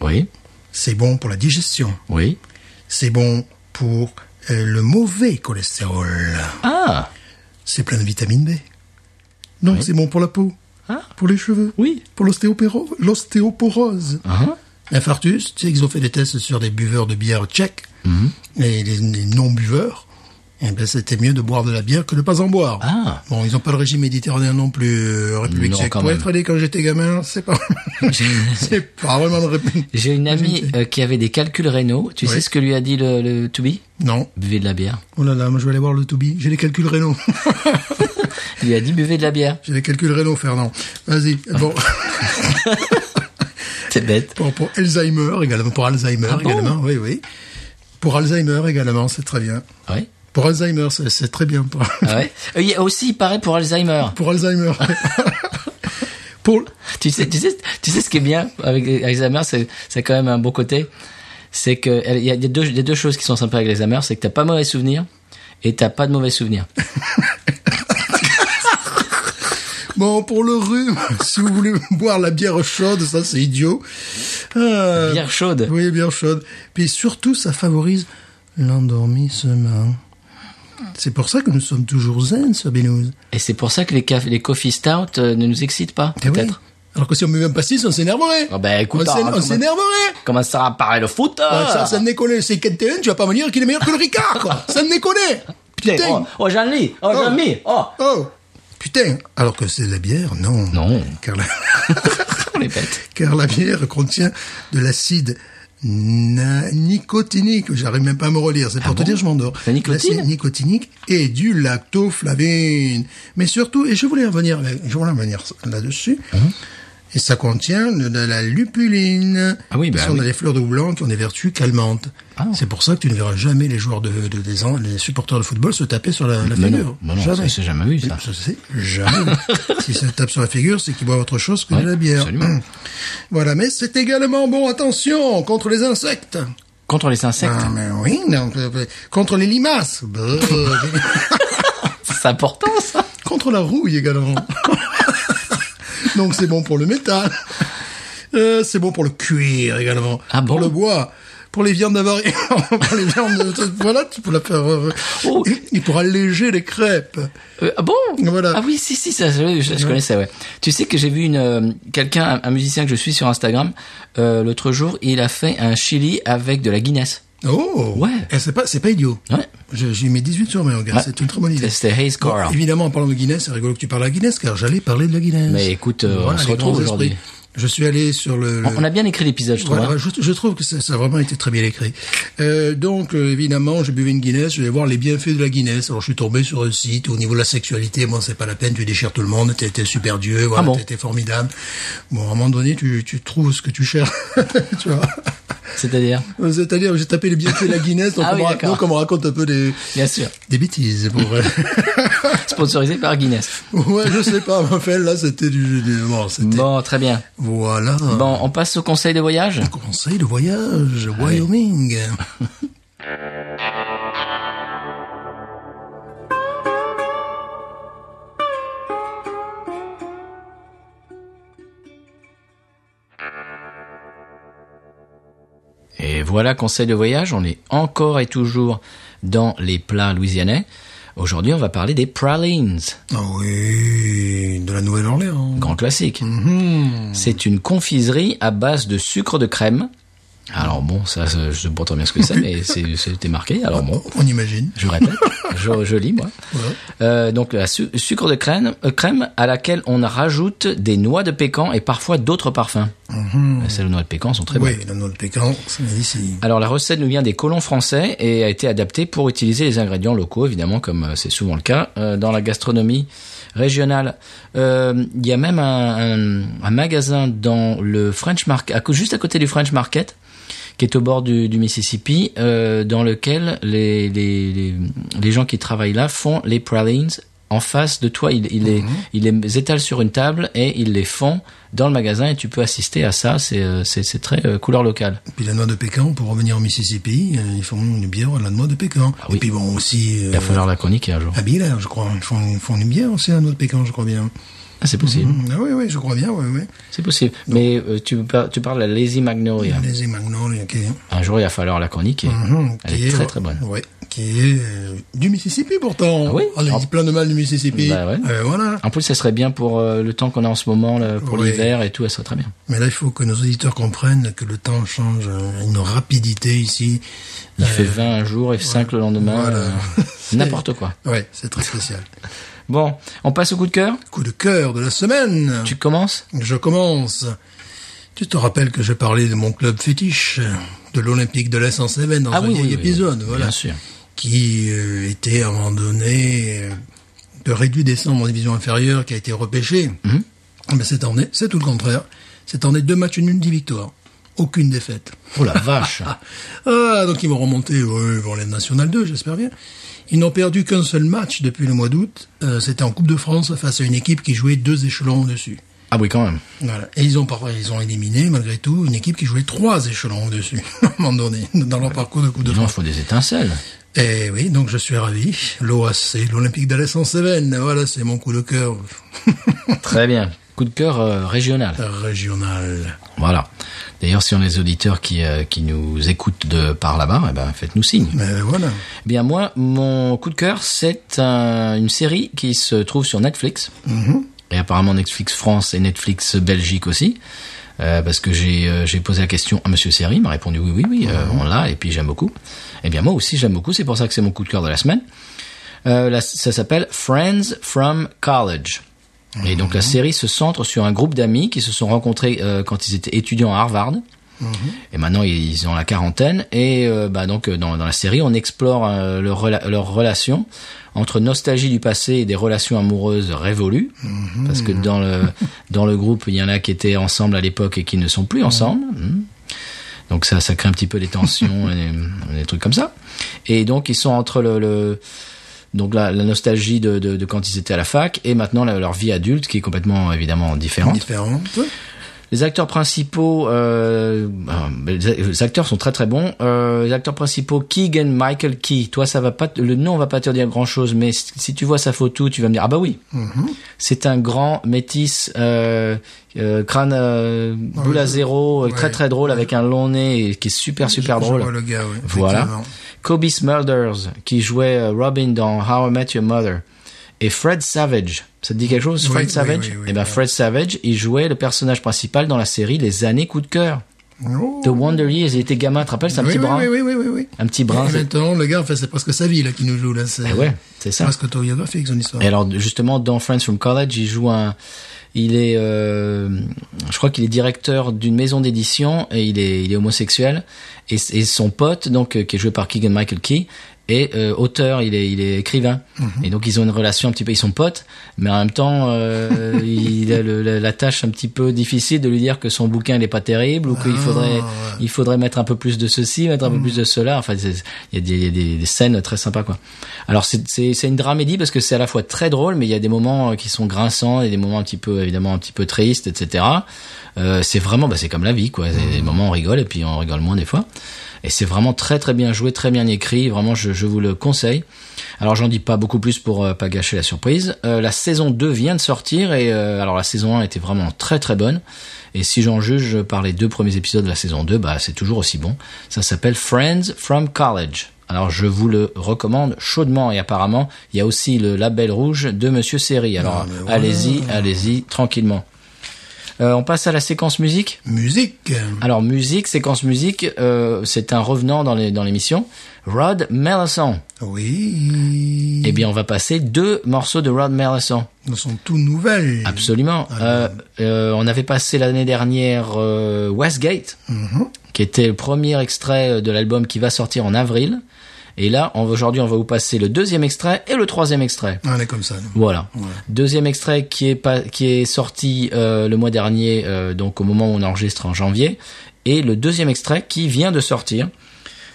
Speaker 1: Oui,
Speaker 2: C'est bon pour la digestion.
Speaker 1: oui.
Speaker 2: C'est bon pour euh, le mauvais cholestérol.
Speaker 1: Ah,
Speaker 2: C'est plein de vitamine B. Non, c'est bon pour la peau,
Speaker 1: ah,
Speaker 2: pour les cheveux,
Speaker 1: oui.
Speaker 2: pour l'ostéopéro- l'ostéoporose.
Speaker 1: Hein
Speaker 2: L'infarctus, tu sais qu'ils ont fait des tests sur des buveurs de bière tchèque
Speaker 1: Mhm.
Speaker 2: et les, les non-buveurs. Eh ben, c'était mieux de boire de la bière que de pas en boire.
Speaker 1: Ah.
Speaker 2: Bon, ils n'ont pas le régime méditerranéen non plus, euh, République
Speaker 1: Non,
Speaker 2: tchèque.
Speaker 1: quand
Speaker 2: Pour
Speaker 1: même.
Speaker 2: être allé quand j'étais gamin, c'est pas, c'est pas vraiment le ré-
Speaker 1: J'ai une amie euh, qui avait des calculs rénaux. Tu sais
Speaker 2: Oui.
Speaker 1: ce que lui a dit le, le to be
Speaker 2: Non.
Speaker 1: Buvez de la bière.
Speaker 2: Oh là là, moi je vais aller voir le Toubi. J'ai les calculs rénaux.
Speaker 1: Il lui a dit buvez de la bière.
Speaker 2: J'ai les calculs rénaux, Fernand. Vas-y.
Speaker 1: Ah.
Speaker 2: Bon,
Speaker 1: C'est bête.
Speaker 2: pour, pour Alzheimer également. Pour Alzheimer
Speaker 1: Ah bon
Speaker 2: également, oui, oui. Pour Alzheimer également, c'est très bien.
Speaker 1: Ah Ouais.
Speaker 2: Pour Alzheimer, c'est c'est très bien. Pour-
Speaker 1: Ah ouais. Euh, Il y a aussi, pareil pour Alzheimer.
Speaker 2: pour Alzheimer. pour
Speaker 1: Tu sais, tu sais, tu sais ce qui est bien avec Alzheimer, c'est, c'est quand même un bon côté. C'est que elle- il y a des deux, des deux choses qui sont sympas avec Alzheimer, c'est que t'as pas mauvais souvenirs et t'as pas de mauvais souvenirs.
Speaker 2: bon pour le rhume, si vous voulez boire la bière chaude, ça c'est idiot. Euh,
Speaker 1: Bière chaude.
Speaker 2: Oui, bière chaude. Puis surtout, ça favorise l'endormissement. C'est pour ça que nous sommes toujours zen, Sabinouz.
Speaker 1: Et c'est pour ça que les, caf- les coffee stout euh, ne nous excitent pas,
Speaker 2: Eh oui.
Speaker 1: peut-être.
Speaker 2: Alors que si on ne met même pas 6, on s'énerverait.
Speaker 1: Ah ben, écoute,
Speaker 2: on s'é-
Speaker 1: ah,
Speaker 2: on
Speaker 1: comment-
Speaker 2: s'énerverait.
Speaker 1: Comment ça apparaît le foot
Speaker 2: Ah,
Speaker 1: euh
Speaker 2: ça, ça ne déconne. C'est 41, tu vas pas me dire qu'il est meilleur que le Ricard, quoi. ça ne déconne.
Speaker 1: Putain, oh, oh Jean-Ly, oh, Jean-Mi, oh.
Speaker 2: Oh Putain Alors que c'est de la bière, non.
Speaker 1: Non.
Speaker 2: Car la,
Speaker 1: On les bête.
Speaker 2: car la bière contient de l'acide na- nicotinique. J'arrive même pas à me relire. C'est pour te dire, je m'endors.
Speaker 1: Ah La nicotine
Speaker 2: L'acide nicotinique et du lactoflavine. Mais surtout, et je voulais revenir, avec- je voulais revenir là-dessus.
Speaker 1: Hein
Speaker 2: Et ça contient de, de la lupuline.
Speaker 1: Ah oui, bah
Speaker 2: Ce sont
Speaker 1: oui.
Speaker 2: des fleurs de houblon qui ont des vertus calmantes.
Speaker 1: Ah.
Speaker 2: C'est pour ça que tu ne verras jamais les joueurs de, de- des en- les supporters de football se taper sur la, la
Speaker 1: Mais non,
Speaker 2: figure.
Speaker 1: mais non, ça, c'est jamais vu, ça.
Speaker 2: Je sais, jamais. si ça tape sur la figure, c'est qu'il boit autre chose que
Speaker 1: Ouais,
Speaker 2: de la bière.
Speaker 1: absolument.
Speaker 2: voilà, mais c'est également bon, attention, contre les insectes.
Speaker 1: Contre les insectes,
Speaker 2: Ah, mais oui, non, euh, contre les limaces. Bah, Brrr.
Speaker 1: c'est important ça.
Speaker 2: contre la rouille également. Donc c'est bon pour le métal. Euh, c'est bon pour le cuir également.
Speaker 1: Ah bon
Speaker 2: Pour le bois. Pour les viandes avariées. pour les viandes, de- voilà, tu peux la faire. euh,
Speaker 1: Oh.
Speaker 2: Et, et pour alléger les crêpes.
Speaker 1: Euh, ah bon
Speaker 2: Voilà.
Speaker 1: Ah oui, si, si, ça, je, je- je connaissais, ouais. Tu sais que j'ai vu une euh, quelqu'un, un, un musicien que je suis sur Instagram, euh, l'autre jour, il a fait un chili avec de la Guinness.
Speaker 2: Oh.
Speaker 1: Ouais.
Speaker 2: Et c'est pas, c'est pas idiot.
Speaker 1: Ouais.
Speaker 2: Je- J'ai mis 18 sur mes regards.
Speaker 1: Ouais. hein.
Speaker 2: C'est une très bonne idée.
Speaker 1: C'était Hayes
Speaker 2: Bon,
Speaker 1: Coral.
Speaker 2: évidemment, en parlant de Guinness, c'est rigolo que tu parles à Guinness, car j'allais parler de la Guinness.
Speaker 1: Mais écoute, euh, on se
Speaker 2: les
Speaker 1: retrouve
Speaker 2: grands
Speaker 1: aujourd'hui.
Speaker 2: esprits. Je suis allé sur le. le-
Speaker 1: On, on a bien écrit l'épisode, je trouve.
Speaker 2: Voilà,
Speaker 1: hein.
Speaker 2: je, je trouve que ça, ça a vraiment été très bien écrit. Euh, donc, euh, évidemment, j'ai buvé une Guinness, je vais voir les bienfaits de la Guinness. Alors, je suis tombé sur un site où, au niveau de la sexualité, bon, c'est pas la peine, tu déchires tout le monde, t'es t'es super dieu, voilà,
Speaker 1: Ah bon
Speaker 2: t'es t'es formidable. Bon, à un moment donné, tu, tu trouves ce que tu cherches, tu vois.
Speaker 1: C'est-à-dire,
Speaker 2: C'est-à-dire, j'ai tapé les bienfaits de la Guinness, donc,
Speaker 1: Ah
Speaker 2: on,
Speaker 1: oui,
Speaker 2: me ra-
Speaker 1: d'accord.
Speaker 2: donc on me raconte un peu des,
Speaker 1: bien sûr,
Speaker 2: des bêtises. Pour,
Speaker 1: sponsorisé par Guinness.
Speaker 2: ouais, je sais pas, ma fait, là, c'était du, du- bon, c'était,
Speaker 1: Bon, très bien.
Speaker 2: voilà.
Speaker 1: Bon, Ah on passe au conseil de voyage.
Speaker 2: Conseil de voyage, Wyoming.
Speaker 1: Et voilà, conseil de voyage, on est encore et toujours dans les plats louisianais. Aujourd'hui, on va parler des pralines,
Speaker 2: Ah oui, de la Nouvelle-Orléans.
Speaker 1: grand classique.
Speaker 2: Mhm.
Speaker 1: C'est une confiserie à base de sucre de crème. Alors bon, ça, ça, je sais pas très bien ce que c'est, mais c'est- c'était marqué. Alors bon,
Speaker 2: Ah, On imagine.
Speaker 1: je répète, je, je lis moi. Euh, donc la su- sucre de crème, euh, crème à laquelle on rajoute des noix de pécan et parfois d'autres parfums. Celles aux noix de pécan sont très bonnes.
Speaker 2: oui, la noix de Pékin, c'est ici.
Speaker 1: Alors la recette nous vient des colons français et a été adaptée pour utiliser les ingrédients locaux, évidemment, comme euh, c'est souvent le cas euh, dans la gastronomie régionale. Euh, Il y a même un, un- un magasin dans le French Market, à co- juste à côté du French Market, qui est au bord du, du Mississippi, euh, dans lequel les, les, les, les gens qui travaillent là font les pralines en face de toi. Ils, ils, les, ils les étalent sur une table et ils les font dans le magasin et tu peux assister à ça. C'est euh, c'est- c'est très euh, couleur locale.
Speaker 2: Puis la noix de Pékin, pour revenir au Mississippi, euh, ils font une bière à la noix de Pékin.
Speaker 1: Ah oui.
Speaker 2: Et puis bon, aussi...
Speaker 1: Il va
Speaker 2: Euh,
Speaker 1: falloir la chroniquer un jour.
Speaker 2: à Billard, je crois. Ils font, ils font une bière aussi à la noix de Pékin, je crois bien.
Speaker 1: Ah, c'est possible,
Speaker 2: Mhm. Ah oui, oui, je crois bien, oui, oui.
Speaker 1: c'est possible. Mais euh, tu, par- tu parles de la Lazy Magnolia.
Speaker 2: Lazy Magnolia, qui,
Speaker 1: Un jour, il va falloir la chroniquer.
Speaker 2: Mhm,
Speaker 1: Elle
Speaker 2: qui
Speaker 1: est très très bonne.
Speaker 2: Ouais, qui est euh, du Mississippi pourtant.
Speaker 1: Ah oui
Speaker 2: On a dit plein de mal du Mississippi.
Speaker 1: Bah ouais.
Speaker 2: Euh, voilà.
Speaker 1: En plus, ça serait bien pour euh, le temps qu'on a en ce moment, là, pour
Speaker 2: Oui.
Speaker 1: l'hiver et tout, ça serait très bien.
Speaker 2: Mais là, il faut que nos auditeurs comprennent que le temps change à une rapidité ici.
Speaker 1: Il fait 20 un jour et 5 le lendemain.
Speaker 2: Euh, voilà.
Speaker 1: euh, N'importe quoi.
Speaker 2: Ouais, c'est très spécial.
Speaker 1: Bon, on passe au coup de cœur.
Speaker 2: Coup de cœur de la semaine.
Speaker 1: Tu commences
Speaker 2: Je commence. Tu te rappelles que je parlais de mon club fétiche, de l'Olympique de l'Est en Cévennes
Speaker 1: Ah
Speaker 2: dans un vieil épisode, voilà,
Speaker 1: Bien sûr.
Speaker 2: qui euh, était à un moment donné euh, de réduit descendre en division inférieure, qui a été repêché.
Speaker 1: Mhm.
Speaker 2: Mais cette année, c'est tout le contraire. Cette année, deux matchs nuls, dix victoires, aucune défaite.
Speaker 1: Oh la vache.
Speaker 2: Ah, donc ils vont remonter ouais, pour les National 2, j'espère bien. Ils n'ont perdu qu'un seul match depuis le mois d'août. Euh, C'était en Coupe de France face à une équipe qui jouait deux échelons au-dessus.
Speaker 1: Ah oui, quand même.
Speaker 2: Voilà. Et ils ont, par- ils ont éliminé, malgré tout, une équipe qui jouait trois échelons au-dessus, à un moment donné, dans leur parcours de Coupe de
Speaker 1: Il en
Speaker 2: France.
Speaker 1: faut des étincelles.
Speaker 2: Et Eh oui, donc je suis ravi. L'OAC, l'Olympique d'Alès en Cévennes. Voilà, c'est mon coup de cœur
Speaker 1: Très bien. Coup de cœur euh, régional.
Speaker 2: régional.
Speaker 1: Voilà. D'ailleurs, si on a des auditeurs qui, euh, qui nous écoutent de par là-bas, eh ben, faites-nous signe.
Speaker 2: Mais voilà.
Speaker 1: Eh Bien moi, mon coup de cœur, c'est un- une série qui se trouve sur Netflix. Et apparemment Netflix France et Netflix Belgique aussi. Euh, parce que j'ai euh, j'ai posé la question à Monsieur Seri, il m'a répondu oui, oui, oui, euh, on l'a, et puis j'aime beaucoup. Eh bien moi aussi j'aime beaucoup, c'est pour ça que c'est mon coup de cœur de la semaine. Euh, la- ça s'appelle Friends from College. Et donc la série se centre sur un groupe d'amis qui se sont rencontrés euh, quand ils étaient étudiants à Harvard. Et maintenant ils ont la quarantaine et euh, bah, donc euh, dans, dans la série on explore euh, leur, rela- leur relation entre nostalgie du passé et des relations amoureuses révolues parce que dans le dans le groupe il y en a qui étaient ensemble à l'époque et qui ne sont plus ensemble. Mhm. Donc ça, ça crée un petit peu les tensions, et des trucs comme ça. Et donc ils sont entre le, le- donc la, la nostalgie de, de, de quand ils étaient à la fac et maintenant la- leur vie adulte qui est complètement évidemment différente.
Speaker 2: Différente.
Speaker 1: Les acteurs principaux, euh, ah, mais les les acteurs sont très très bons. Euh, les acteurs principaux, Keegan Michael Key. Toi, ça va pas, te- le nom va pas te dire grand chose, mais si si tu vois sa photo, tu vas me dire ah bah oui.
Speaker 2: Mm-hmm.
Speaker 1: C'est un grand métis, euh, euh, crâne euh, boule à
Speaker 2: Ah je-
Speaker 1: zéro, euh,
Speaker 2: ouais.
Speaker 1: très très drôle avec un long nez et qui est super super
Speaker 2: Je- je
Speaker 1: drôle.
Speaker 2: vois le gars, oui,
Speaker 1: Voilà.
Speaker 2: effectivement.
Speaker 1: Kobe Smulders qui jouait euh, Robin dans How I Met Your Mother et Fred Savage. Ça te dit quelque chose,
Speaker 2: Oui,
Speaker 1: Fred
Speaker 2: oui,
Speaker 1: Savage
Speaker 2: oui, oui,
Speaker 1: Eh ben
Speaker 2: ouais.
Speaker 1: Fred Savage, il jouait le personnage principal dans la série Les années coup de cœur.
Speaker 2: Oh.
Speaker 1: The Wonder Years, il était gamin, tu te rappelles, c'est un
Speaker 2: oui,
Speaker 1: petit
Speaker 2: oui,
Speaker 1: bras.
Speaker 2: oui, oui, oui, oui, oui.
Speaker 1: Un petit brin.
Speaker 2: Et
Speaker 1: c'est-
Speaker 2: maintenant, le gars, enfin, c'est presque sa vie là qui nous joue là. C'est
Speaker 1: Eh ouais, c'est ça. Eh
Speaker 2: presque autobiographique son histoire.
Speaker 1: Et alors justement dans Friends from College, il joue un il est euh, je crois qu'il est directeur d'une maison d'édition et il est il est homosexuel et, et son pote donc euh, qui est joué par Keegan Michael Key est euh, auteur, il est il est écrivain. Et donc ils ont une relation un petit peu ils sont potes mais en même temps euh, il a le- la, la tâche un petit peu difficile de lui dire que son bouquin il est pas terrible ou qu'il
Speaker 2: Ah,
Speaker 1: faudrait
Speaker 2: ouais.
Speaker 1: il faudrait mettre un peu plus de ceci, mettre un peu plus de cela. Enfin, c'est- il y a, des, il y a des, des scènes très sympas, quoi. Alors, c'est- c'est c'est une dramédie parce que c'est à la fois très drôle, mais il y a des moments euh, qui sont grinçants et des moments un petit peu, évidemment, un petit peu tristes, etc. Euh, c'est vraiment, bah, c'est comme la vie, quoi. Il y a Des moments, on rigole et puis on rigole moins des fois. Et c'est vraiment très, très bien joué, très bien écrit. Vraiment, je, je vous le conseille. Alors, j'en dis pas beaucoup plus pour euh, pas gâcher la surprise. Euh, la saison 2 vient de sortir et, euh, alors, la saison 1 était vraiment très, très bonne. Et si j'en juge par les deux premiers épisodes de la saison 2, bah, c'est toujours aussi bon. Ça s'appelle Friends from College. Alors je vous le recommande chaudement et apparemment il y a aussi le label rouge de Monsieur Seri. Alors
Speaker 2: Ah, mais voilà.
Speaker 1: allez-y, allez-y tranquillement. Euh, on passe à la séquence musique.
Speaker 2: Musique.
Speaker 1: Alors musique, séquence musique, euh, c'est un revenant dans les- dans l'émission. Rod Mellison.
Speaker 2: Oui. Eh
Speaker 1: Eh bien on va passer deux morceaux de Rod Mellison.
Speaker 2: Nous sommes tout nouvelles.
Speaker 1: Absolument. Euh, euh, on avait passé l'année dernière euh, Westgate,
Speaker 2: Mhm.
Speaker 1: qui était le premier extrait de l'album qui va sortir en avril. Et là, on- aujourd'hui, on va vous passer le deuxième extrait et le troisième extrait.
Speaker 2: Ah, on est comme ça. nous.
Speaker 1: Voilà. Deuxième extrait qui est pas, qui est sorti euh, le mois dernier, euh, donc au moment où on enregistre en janvier, et le deuxième extrait qui vient de sortir.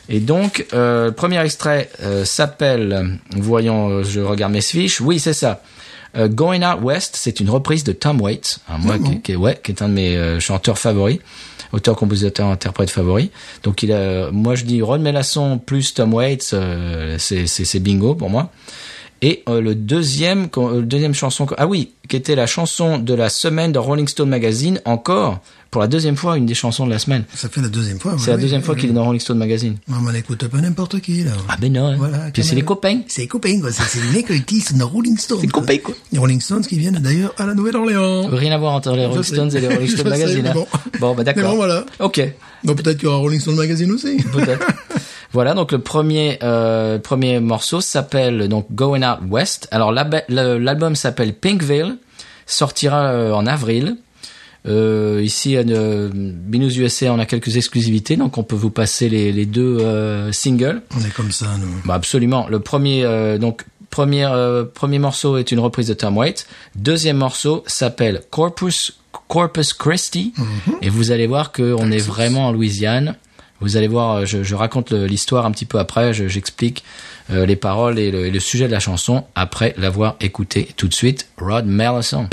Speaker 1: Et donc, euh, le premier extrait euh, s'appelle, voyons, euh, je regarde mes fiches, oui, c'est ça. Euh, Going Out West, c'est une reprise de Tom Waits, hein, moi, qui, qui est- ouais, qui est un de mes euh, chanteurs favoris, auteur, compositeur, interprète favori. Donc, il a, moi, je dis Ron Melasson plus Tom Waits, euh, c'est- c'est c'est bingo pour moi. Et euh, le deuxième, qu'on- euh, le deuxième chanson, qu'on- ah oui, qui était la chanson de la semaine dans Rolling Stone Magazine, encore, pour la deuxième fois, une des chansons de la semaine.
Speaker 2: Ça fait la deuxième fois.
Speaker 1: C'est la deuxième fois qu'il est dans Rolling Stone Magazine.
Speaker 2: Non, mais on l'écoute pas n'importe qui, là.
Speaker 1: Ah ben non, hein.
Speaker 2: Voilà,
Speaker 1: Puis
Speaker 2: quand
Speaker 1: c'est
Speaker 2: même.
Speaker 1: les copains.
Speaker 2: C'est les copains, quoi. C'est- C'est les mecs qui sont dans Rolling Stones.
Speaker 1: C'est les copains, quoi.
Speaker 2: Les Rolling Stones qui viennent d'ailleurs à la Nouvelle-Orléans.
Speaker 1: Rien à voir entre les Rolling
Speaker 2: sais.
Speaker 1: Stones et les Rolling
Speaker 2: Je
Speaker 1: Stone
Speaker 2: sais,
Speaker 1: Magazine.
Speaker 2: mais
Speaker 1: hein.
Speaker 2: bon.
Speaker 1: bon, bah d'accord.
Speaker 2: Mais bon, voilà.
Speaker 1: Ok,
Speaker 2: Donc peut-être qu'il y aura Rolling Stone Magazine aussi.
Speaker 1: peut-être. voilà, donc le premier euh, premier morceau s'appelle donc Going Out West. Alors l'abe- le- l'album s'appelle Pinkville, sortira euh, en avril. Euh, ici à euh, Binous USA, on a quelques exclusivités, donc on peut vous passer les, les deux euh, singles.
Speaker 2: On est comme ça, nous.
Speaker 1: Bah absolument. Le premier euh, donc premier euh, premier morceau est une reprise de Tom Waits. Deuxième morceau s'appelle Corpus Corpus Christi et vous allez voir que on est vraiment en Louisiane. Vous allez voir, euh, je, je raconte le- l'histoire un petit peu après, je- j'explique euh, les paroles et le, et le sujet de la chanson après l'avoir écouté tout de suite. Rod Mellison.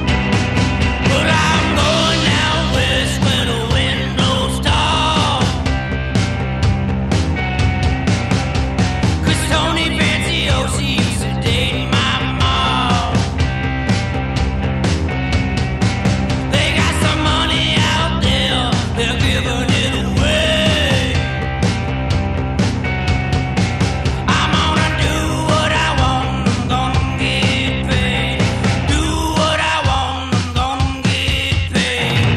Speaker 5: But I'm going out west where the wind blows tall. 'Cause Tony Fancy used to date my mom. They got some money out there, they're giving it away. I'm gonna do what I want, I'm gonna get paid. Do what I want, I'm gonna get paid.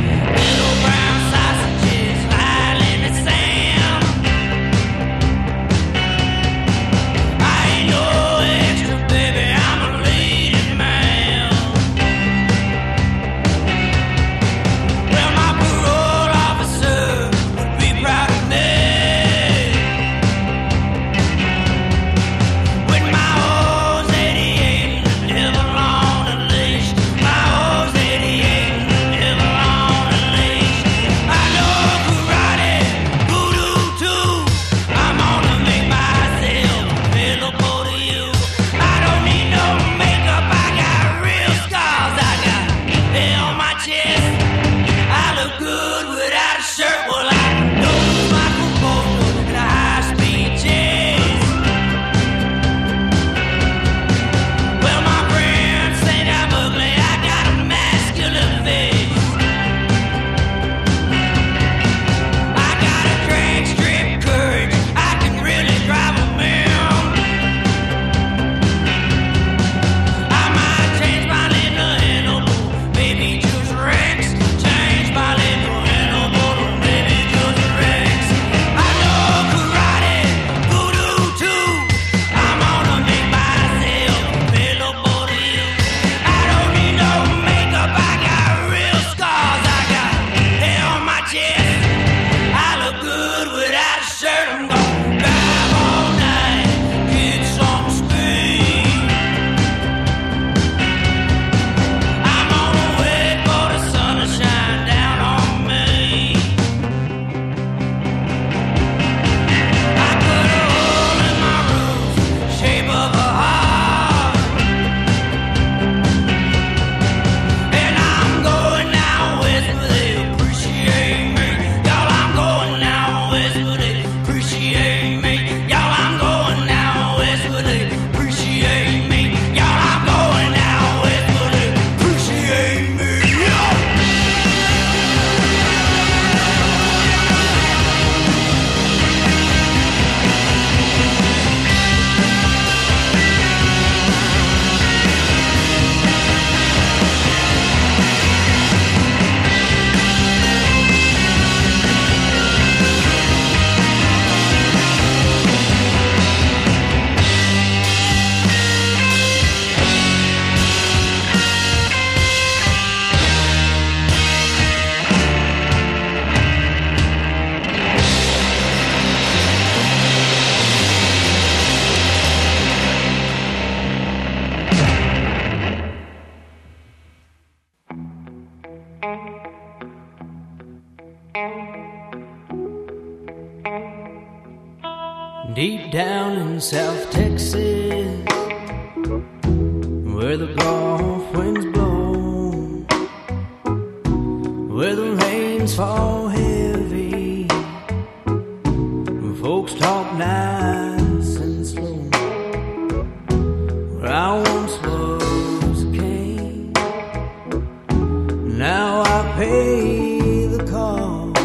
Speaker 5: Little brown sausages lying in the sand. I ain't no extra, baby, I'm a ladies' man. Well, my parole officer would be proud of me. With my old 88, never on a leash. My old 88, never on a leash. I know karate, voodoo too. I'm gonna make myself available to you. I don't need no makeup. I got real scars. I got hair on my chest. I look good without a shirt. Well, I know my promoter in a high-speed chase. Well, my friends say I'm ugly. I got a masculine face. I got a drag strip courage. I can really drive a man. I might change my little animal, maybe just Rex. Change my little animal, maybe just Rex. I know karate, voodoo too. I'm gonna make myself available to you. I don't need no makeup. I got real scars. I got hair on my chest. I look good without a shirt. I'm gonna drive all night, get some speed. I'm gonna wait for the sun to shine down on me. I cut a hole in my roof, shape of a heart, and I'm going out west where they appreciate me. Y'all, I'm going out west where they appreciate me. Y'all, I'm going out west where they appreciate me. Y'all, I'm going out west where they appreciate me. Yeah. Deep down in South Texas, where the north winds blow, where the rains fall heavy, where folks talk nice and slow, where I once was a king. Now I pay the cost,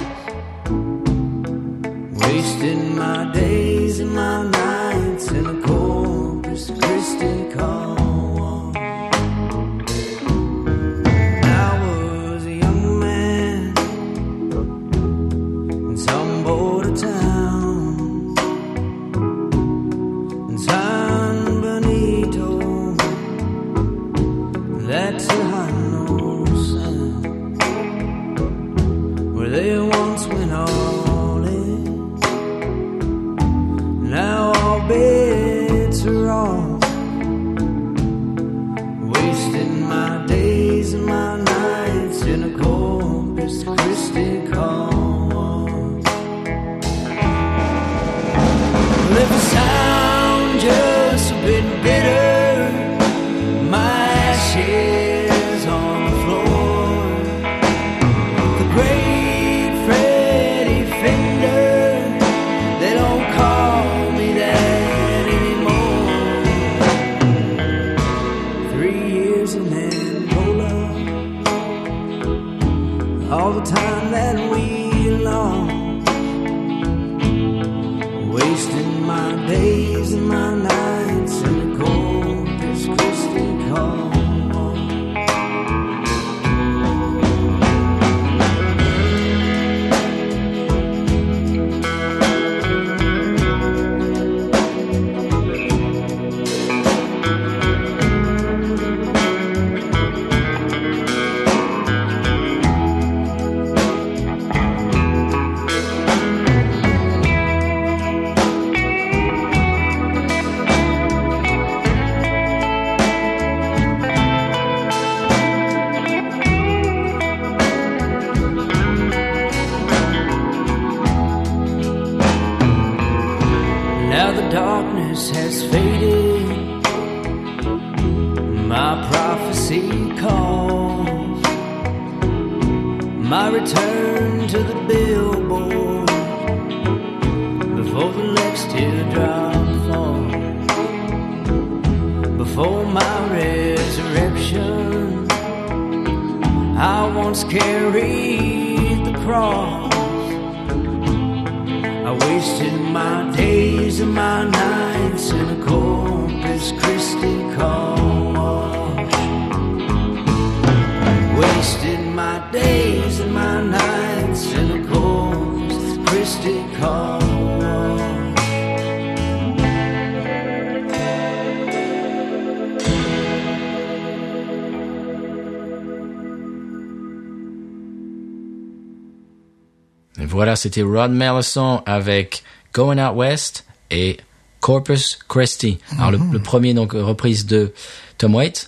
Speaker 5: wasting my days and my nights in a Corpus Christi car. wash. When I was a young man in some border town, in San Benito. That's a high note sound where they once went all in. Now all bets are off. Wasting my days and my nights in a Corpus Christi car. wash. Well, if I sound just a bit bitter, my ashes on the floor. The great Freddy Fender, they don't call me that anymore. Three years in Angola, all the time that we lost, wasting my days and my nights in the coldest Christy call. Now the darkness has faded. My prophecy calls. My return to the billboard before the next teardrop falls. Before my resurrection, I once carried the cross. I wasted my days and my nights in a Corpus Christi car wash. Wasted my days and my nights in a Corpus Christi car wash.
Speaker 1: Et voilà, c'était Rod Merlison avec Going Out West et Corpus Christi. Alors, le-
Speaker 2: Mhm.
Speaker 1: le, premier, donc, reprise de Tom Waits.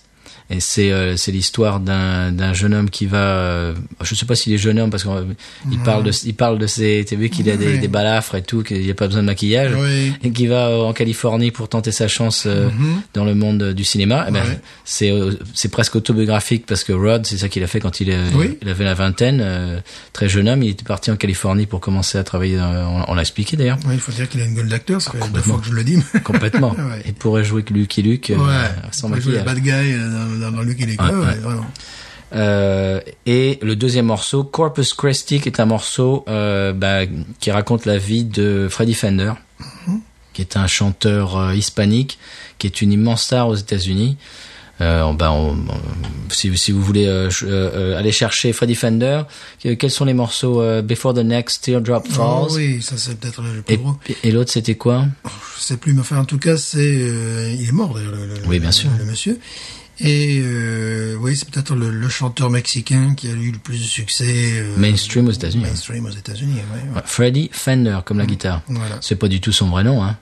Speaker 1: Et c'est euh, c'est l'histoire d'un d'un jeune homme qui va euh, je sais pas s'il est jeune homme parce qu'il parle de il parle de ses t'as vu qu'il a des,
Speaker 2: Mhm. Oui.
Speaker 1: des balafres et tout qu'il a pas besoin de maquillage
Speaker 2: Oui. Mhm.
Speaker 1: et qui va euh, en Californie pour tenter sa chance euh, dans le monde euh, du cinéma. Eh ben,
Speaker 2: Ouais.
Speaker 1: c'est euh, c'est presque autobiographique parce que Rod, c'est ça qu'il a fait quand il, euh,
Speaker 2: Oui.
Speaker 1: il avait la vingtaine, euh, très jeune homme, il était parti en Californie pour commencer à travailler. dans- on on l'a expliqué d'ailleurs.
Speaker 2: Oui, il faut dire qu'il a une gueule d'acteur, ça fait deux fois que je le dis.
Speaker 1: Complètement.
Speaker 2: Ouais.
Speaker 1: Il pourrait jouer que Lucky Luke euh,
Speaker 2: ouais,
Speaker 1: sans
Speaker 2: il joue le
Speaker 1: maquillage.
Speaker 2: bad guy euh, dans, dans, dans Luke et les
Speaker 1: Ouais,
Speaker 2: Gars,
Speaker 1: ouais.
Speaker 2: ouais, vraiment.
Speaker 1: Euh, et le deuxième morceau, Corpus Christi, qui est un morceau euh, bah, qui raconte la vie de Freddie Fender,
Speaker 2: Mhm.
Speaker 1: qui est un chanteur euh, hispanique, qui est une immense star aux États-Unis. Euh, on- bah, on- on- si, si vous voulez euh, ch- euh, euh, aller chercher Freddie Fender, que- quels sont les morceaux euh, Before the Next, Teardrop
Speaker 2: Oh,
Speaker 1: Falls
Speaker 2: oui, ça c'est peut-être le plus
Speaker 1: Et,
Speaker 2: gros.
Speaker 1: et l'autre, c'était quoi
Speaker 2: Je sais plus, mais enfin en tout cas c'est, euh, il est mort d'ailleurs le, le-
Speaker 1: Oui, bien
Speaker 2: le-
Speaker 1: sûr.
Speaker 2: le monsieur. Et euh, oui, c'est peut-être le, le chanteur mexicain qui a eu le plus de succès euh,
Speaker 1: Mainstream aux États-Unis.
Speaker 2: Mainstream aux États-Unis, ouais, ouais.
Speaker 1: Ouais, Freddie Fender, comme la guitare.
Speaker 2: Mm, Voilà.
Speaker 1: C'est pas du tout son vrai nom, hein.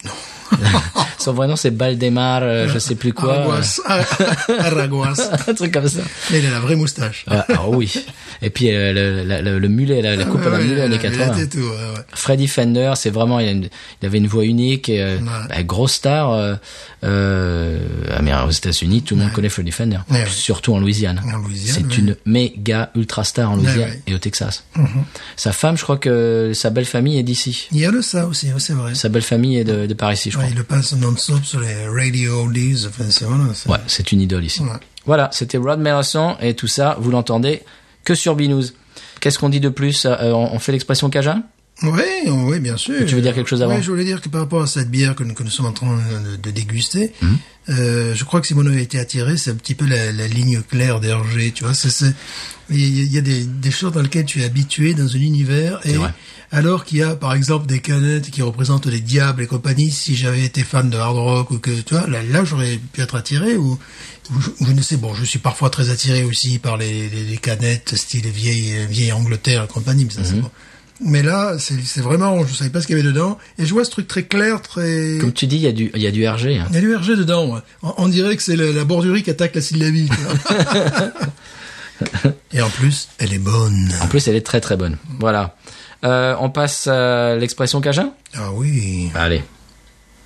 Speaker 1: Son vrai nom, c'est Baldemar, euh, je sais
Speaker 2: Ah,
Speaker 1: plus quoi.
Speaker 2: Araguas. Araguas.
Speaker 1: Un truc comme ça.
Speaker 2: Mais il a la vraie moustache.
Speaker 1: Ah, ah oui. Et puis euh, le, la- le- le mulet, la, la coupe à la
Speaker 2: Ouais,
Speaker 1: mulet années
Speaker 2: il a la
Speaker 1: 80.
Speaker 2: tête et tout, ouais, ouais.
Speaker 1: Freddy Fender, c'est vraiment il, a une- il avait une voix unique, et, euh, bah, grosse star. euh, euh, ah, mais, euh, aux États-Unis, tout le monde connaît Freddy Fender,
Speaker 2: Ouais, ouais.
Speaker 1: surtout en Louisiane.
Speaker 2: En Louisiane,
Speaker 1: c'est
Speaker 2: ouais.
Speaker 1: une méga ultra star en
Speaker 2: Ouais,
Speaker 1: Louisiane
Speaker 2: ouais. Mhm.
Speaker 1: et au Texas. Sa femme, je crois que sa belle famille est d'ici.
Speaker 2: Il y a le ça aussi, ouais, c'est vrai.
Speaker 1: Sa belle famille est de, de par ici, je
Speaker 2: Ouais,
Speaker 1: crois.
Speaker 2: il le passe non-stop sur les radio oldies. Enfin, c'est voilà. c'est-
Speaker 1: Ouais, c'est une idole ici.
Speaker 2: Ouais.
Speaker 1: Voilà, c'était Rod Melanson et tout ça, vous l'entendez que sur Binous. Qu'est-ce qu'on dit de plus Euh, On on fait l'expression Cajun
Speaker 2: Oui, oh, oui, bien sûr.
Speaker 1: Tu veux dire quelque chose avant
Speaker 2: Oui, je voulais dire que par rapport à cette bière que nous, que nous sommes en train de, de déguster,
Speaker 1: Hmm.
Speaker 2: euh, je crois que si mon œil a été attiré, c'est un petit peu la, la ligne claire d'Hergé, tu vois. C'est, c'est- il y a- il y a des, des choses dans lesquelles tu es habitué dans un univers, et
Speaker 1: vrai.
Speaker 2: alors qu'il y a par exemple des canettes qui représentent les diables et compagnie, si j'avais été fan de hard rock ou que, tu vois, là, là, j'aurais pu être attiré, ou, ou je, ou je ne sais, bon, je suis parfois très attiré aussi par les, les, les canettes style vieille, vieille Angleterre et compagnie, mais ça
Speaker 1: Hmm.
Speaker 2: c'est bon. Mais là, c'est c'est vraiment, je savais pas ce qu'il y avait dedans. Et je vois ce truc très clair, très...
Speaker 1: Comme tu dis, il y a du, il y a du RG. hein.
Speaker 2: Il y a du RG dedans. ouais. On, on dirait que c'est la, la bordurie qui attaque la syllabie. tu vois. et en plus, elle est bonne.
Speaker 1: En plus, elle est très très bonne. Voilà. Euh, on passe à l'expression Cajun
Speaker 2: Ah oui,
Speaker 1: Allez.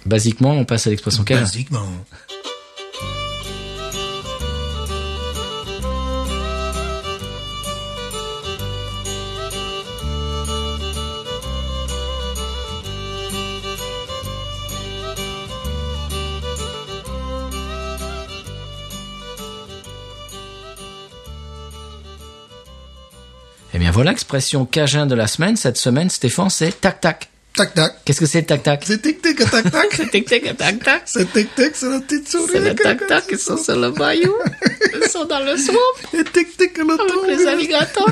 Speaker 1: Basiquement, on passe à l'expression Cajun.
Speaker 2: basiquement.
Speaker 1: Eh bien voilà, l'expression Cajun de la semaine. Cette semaine, Stéphane, c'est tac-tac.
Speaker 2: Tac tac.
Speaker 1: Qu'est-ce que c'est le tac-tac
Speaker 2: C'est tic tic tac tac.
Speaker 1: Tic-tac, tac-tac.
Speaker 2: c'est tic tic, c'est la petite souris.
Speaker 1: C'est le tac-tac, ils sont sur le bayou. Ils sont dans le swamp
Speaker 2: Et tic tic, elle
Speaker 1: avec les alligators.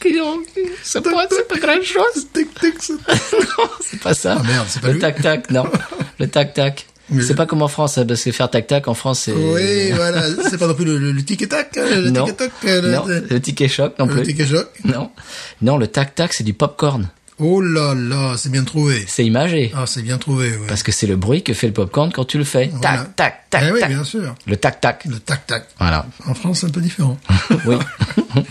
Speaker 1: Qui ont... C'est pas, c'est pas grand-chose.
Speaker 2: Tic tic, c'est
Speaker 1: C'est pas ça.
Speaker 2: Ah, merde, c'est pas
Speaker 1: le
Speaker 2: lui.
Speaker 1: tac-tac, non. Le tac-tac.
Speaker 2: Mais-
Speaker 1: C'est pas comme en France, hein, parce que faire tac-tac en France, c'est...
Speaker 2: Oui, voilà. C'est pas non plus le, le, le tic et tac. hein, Le
Speaker 1: non.
Speaker 2: tic et tac. euh,
Speaker 1: non,
Speaker 2: Le,
Speaker 1: le ticket choc non
Speaker 2: le
Speaker 1: plus.
Speaker 2: tic et choc.
Speaker 1: Non, non, le tac tac, c'est du popcorn.
Speaker 2: Oh là là, c'est bien trouvé.
Speaker 1: C'est imagé
Speaker 2: Ah, c'est bien trouvé, ouais.
Speaker 1: parce que c'est le bruit que fait le popcorn quand tu le fais.
Speaker 2: Voilà.
Speaker 1: Tac tac tac
Speaker 2: Eh oui,
Speaker 1: tac.
Speaker 2: bien sûr.
Speaker 1: Le tac tac.
Speaker 2: Le tac-tac.
Speaker 1: Voilà.
Speaker 2: En France, c'est un peu différent.
Speaker 1: oui.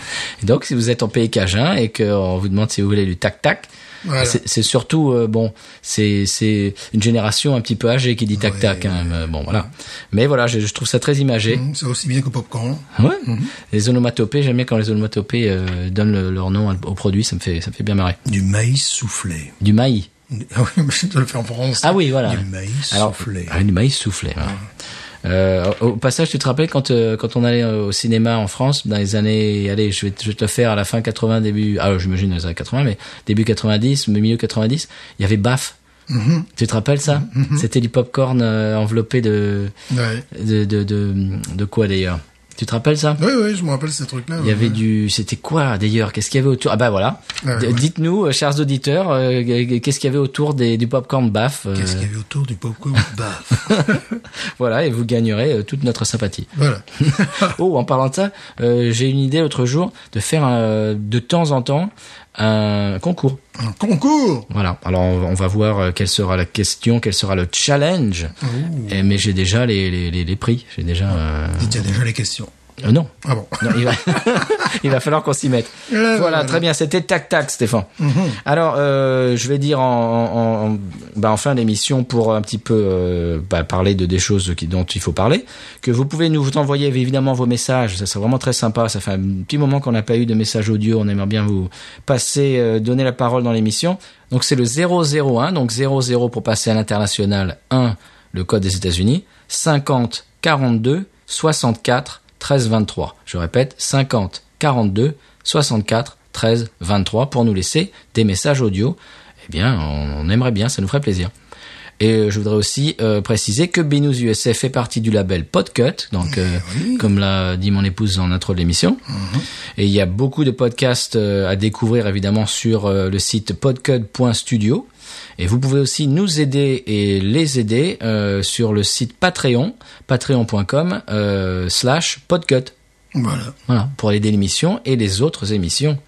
Speaker 1: Et Donc si vous êtes en pays cajun et qu'on vous demande si vous voulez du tac tac.
Speaker 2: Voilà.
Speaker 1: C'est c'est surtout euh, bon, c'est c'est une génération un petit peu âgée qui dit tac tac. hein, euh, Bon voilà, mais voilà, je, je trouve ça très imagé. Ah
Speaker 2: Mm, C'est aussi bien que popcorn.
Speaker 1: Ouais.
Speaker 2: Mhm.
Speaker 1: Les onomatopées, j'aime bien quand les onomatopées euh, donnent le- leur nom au produit, ça me fait ça me fait bien marrer.
Speaker 2: Du maïs soufflé.
Speaker 1: Du maïs.
Speaker 2: Ah oui, mais je dois le faire en France.
Speaker 1: Ah oui, voilà.
Speaker 2: Du maïs soufflé.
Speaker 1: ah, du maïs soufflé. voilà. Euh, au au passage, tu te rappelles quand euh, quand on allait euh, au cinéma en France dans les années, allez, je vais, te- je vais te le faire à la fin 80, début, ah j'imagine dans les années 80, mais début 90, mais milieu 90, il y avait baf.
Speaker 2: Mm-hmm.
Speaker 1: Tu te rappelles ça C'était du popcorn euh, enveloppé de
Speaker 2: Ouais.
Speaker 1: de de de, de quoi d'ailleurs Tu te rappelles ça
Speaker 2: Oui, oui, je me rappelle ces trucs-là.
Speaker 1: il y avait du, c'était quoi d'ailleurs Qu'est-ce qu'il y avait autour Ah bah voilà.
Speaker 2: Ouais,
Speaker 1: D-
Speaker 2: ouais.
Speaker 1: Dites-nous, euh, chers auditeurs, euh, qu'est-ce qu'il y avait autour des, du popcorn baf euh,
Speaker 2: Qu'est-ce qu'il y avait autour du popcorn Bah,
Speaker 1: Voilà, et vous gagnerez euh, toute notre sympathie.
Speaker 2: voilà.
Speaker 1: oh, en parlant de ça, euh, j'ai une idée l'autre jour de faire euh, de temps en temps un concours.
Speaker 2: Un concours
Speaker 1: Voilà. Alors on, va- on va voir euh, quelle sera la question, quel sera le challenge. Et- mais j'ai déjà les, les, les, les prix. J'ai déjà. euh,
Speaker 2: Il y a déjà les questions.
Speaker 1: euh, non.
Speaker 2: Ah bon
Speaker 1: Non, il va, il va falloir qu'on s'y mette.
Speaker 2: Ouais,
Speaker 1: voilà,
Speaker 2: ouais, ouais.
Speaker 1: très bien. C'était tac tac, Stéphane. Alors, euh, je vais dire en, en, en- bah, en fin d'émission pour un petit peu euh, bah, parler de des choses qui, dont il faut parler. Que vous pouvez nous envoyer évidemment vos messages. Ça serait vraiment très sympa. Ça fait un petit moment qu'on n'a pas eu de message audio. On aimerait bien vous passer, euh, donner la parole dans l'émission. Donc c'est le 001, donc 00 pour passer à l'international, 1 le code des États-Unis, 50 42 64 13 23. Je répète, 50 42 64 13 23 pour nous laisser des messages audio. Eh bien, on, on aimerait bien, ça nous ferait plaisir. Et euh, je voudrais aussi euh, préciser que Binous USA fait partie du label Podcut, donc euh, comme l'a dit mon épouse en intro de l'émission. Et il y a beaucoup de podcasts euh, à découvrir évidemment sur euh, le site podcut.studio. Et vous pouvez aussi nous aider et les aider euh, sur le site Patreon, patreon.com euh, slash podcut.
Speaker 2: Voilà.
Speaker 1: Voilà, pour aider l'émission et les autres émissions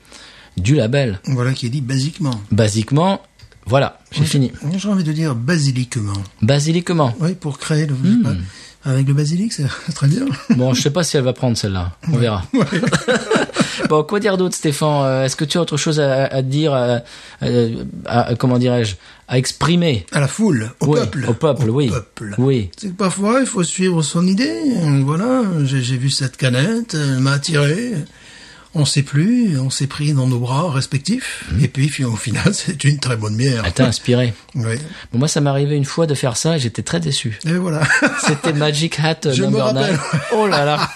Speaker 1: du label.
Speaker 2: Voilà qui est dit basiquement.
Speaker 1: Basiquement, Voilà, j'ai fini.
Speaker 2: J'ai envie de dire basiliquement.
Speaker 1: Basilic comment
Speaker 2: Oui, pour créer le.
Speaker 1: Hmm.
Speaker 2: Avec le basilic, c'est très bien.
Speaker 1: Bon, je sais pas si elle va prendre celle-là. On verra. bon, quoi dire d'autre, Stéphane Euh, Est-ce que tu as autre chose à, à dire, à, à- à- comment dirais-je, à exprimer
Speaker 2: À la foule, au
Speaker 1: Oui,
Speaker 2: peuple.
Speaker 1: au peuple, oui.
Speaker 2: peuple.
Speaker 1: Oui.
Speaker 2: C'est que parfois, il faut suivre son idée. Euh, Voilà, j'ai j'ai vu cette canette, elle m'a attiré. On sait plus, on s'est pris dans nos bras respectifs.
Speaker 1: Mm-hmm.
Speaker 2: Et puis, fi- au final, c'est une très bonne bière.
Speaker 1: Elle t'a inspiré.
Speaker 2: Oui.
Speaker 1: Bon, moi, ça m'est arrivé une fois de faire ça et j'étais très déçu.
Speaker 2: Et voilà.
Speaker 1: C'était Magic Hat euh,
Speaker 2: Je me
Speaker 1: Number 9.
Speaker 2: rappelle.
Speaker 1: Oh là là.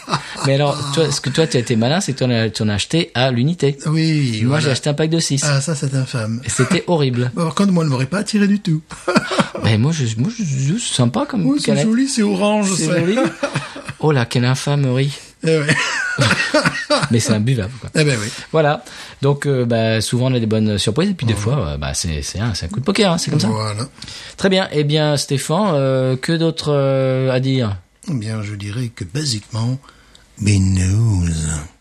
Speaker 1: Mais alors, toi, ce que toi, tu as été malin, c'est que tu en as- tu en as acheté à l'unité.
Speaker 2: oui.
Speaker 1: Moi,
Speaker 2: voilà.
Speaker 1: j'ai acheté un pack de 6.
Speaker 2: Ah, ça, c'est infâme.
Speaker 1: Et c'était horrible.
Speaker 2: Bon, Par contre, moi, elle ne m'aurait pas attiré du tout.
Speaker 1: Mais moi, je, moi, je, je- c'est sympa comme
Speaker 2: Oui, c'est
Speaker 1: canette.
Speaker 2: joli, c'est orange.
Speaker 1: C'est joli. Oh là, quelle infamerie.
Speaker 2: Eh ouais.
Speaker 1: Mais c'est imbuvable, quoi.
Speaker 2: Eh ben oui.
Speaker 1: Voilà. Donc, euh, bah, souvent, on a des bonnes surprises. Et puis, des fois, euh, bah, c'est, c'est, un, c'est un coup de poker. hein, c'est comme ça.
Speaker 2: Voilà.
Speaker 1: Très bien. Eh bien, Stéphane, euh, que d'autre euh, à dire
Speaker 2: Eh bien, je dirais que, basiquement, mes news.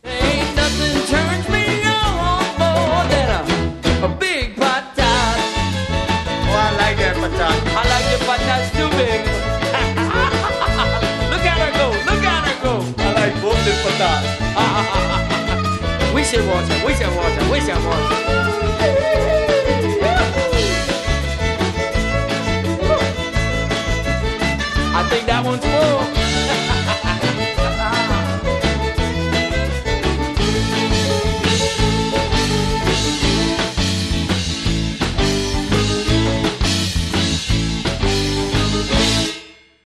Speaker 5: Ain't nothing turns me on more than a, a big patat. Oh, I like that patat. I like the patats too big. look at her go, look at her go. I like both the patats. we should watch her, we should watch her, we should watch her. I think that one's full.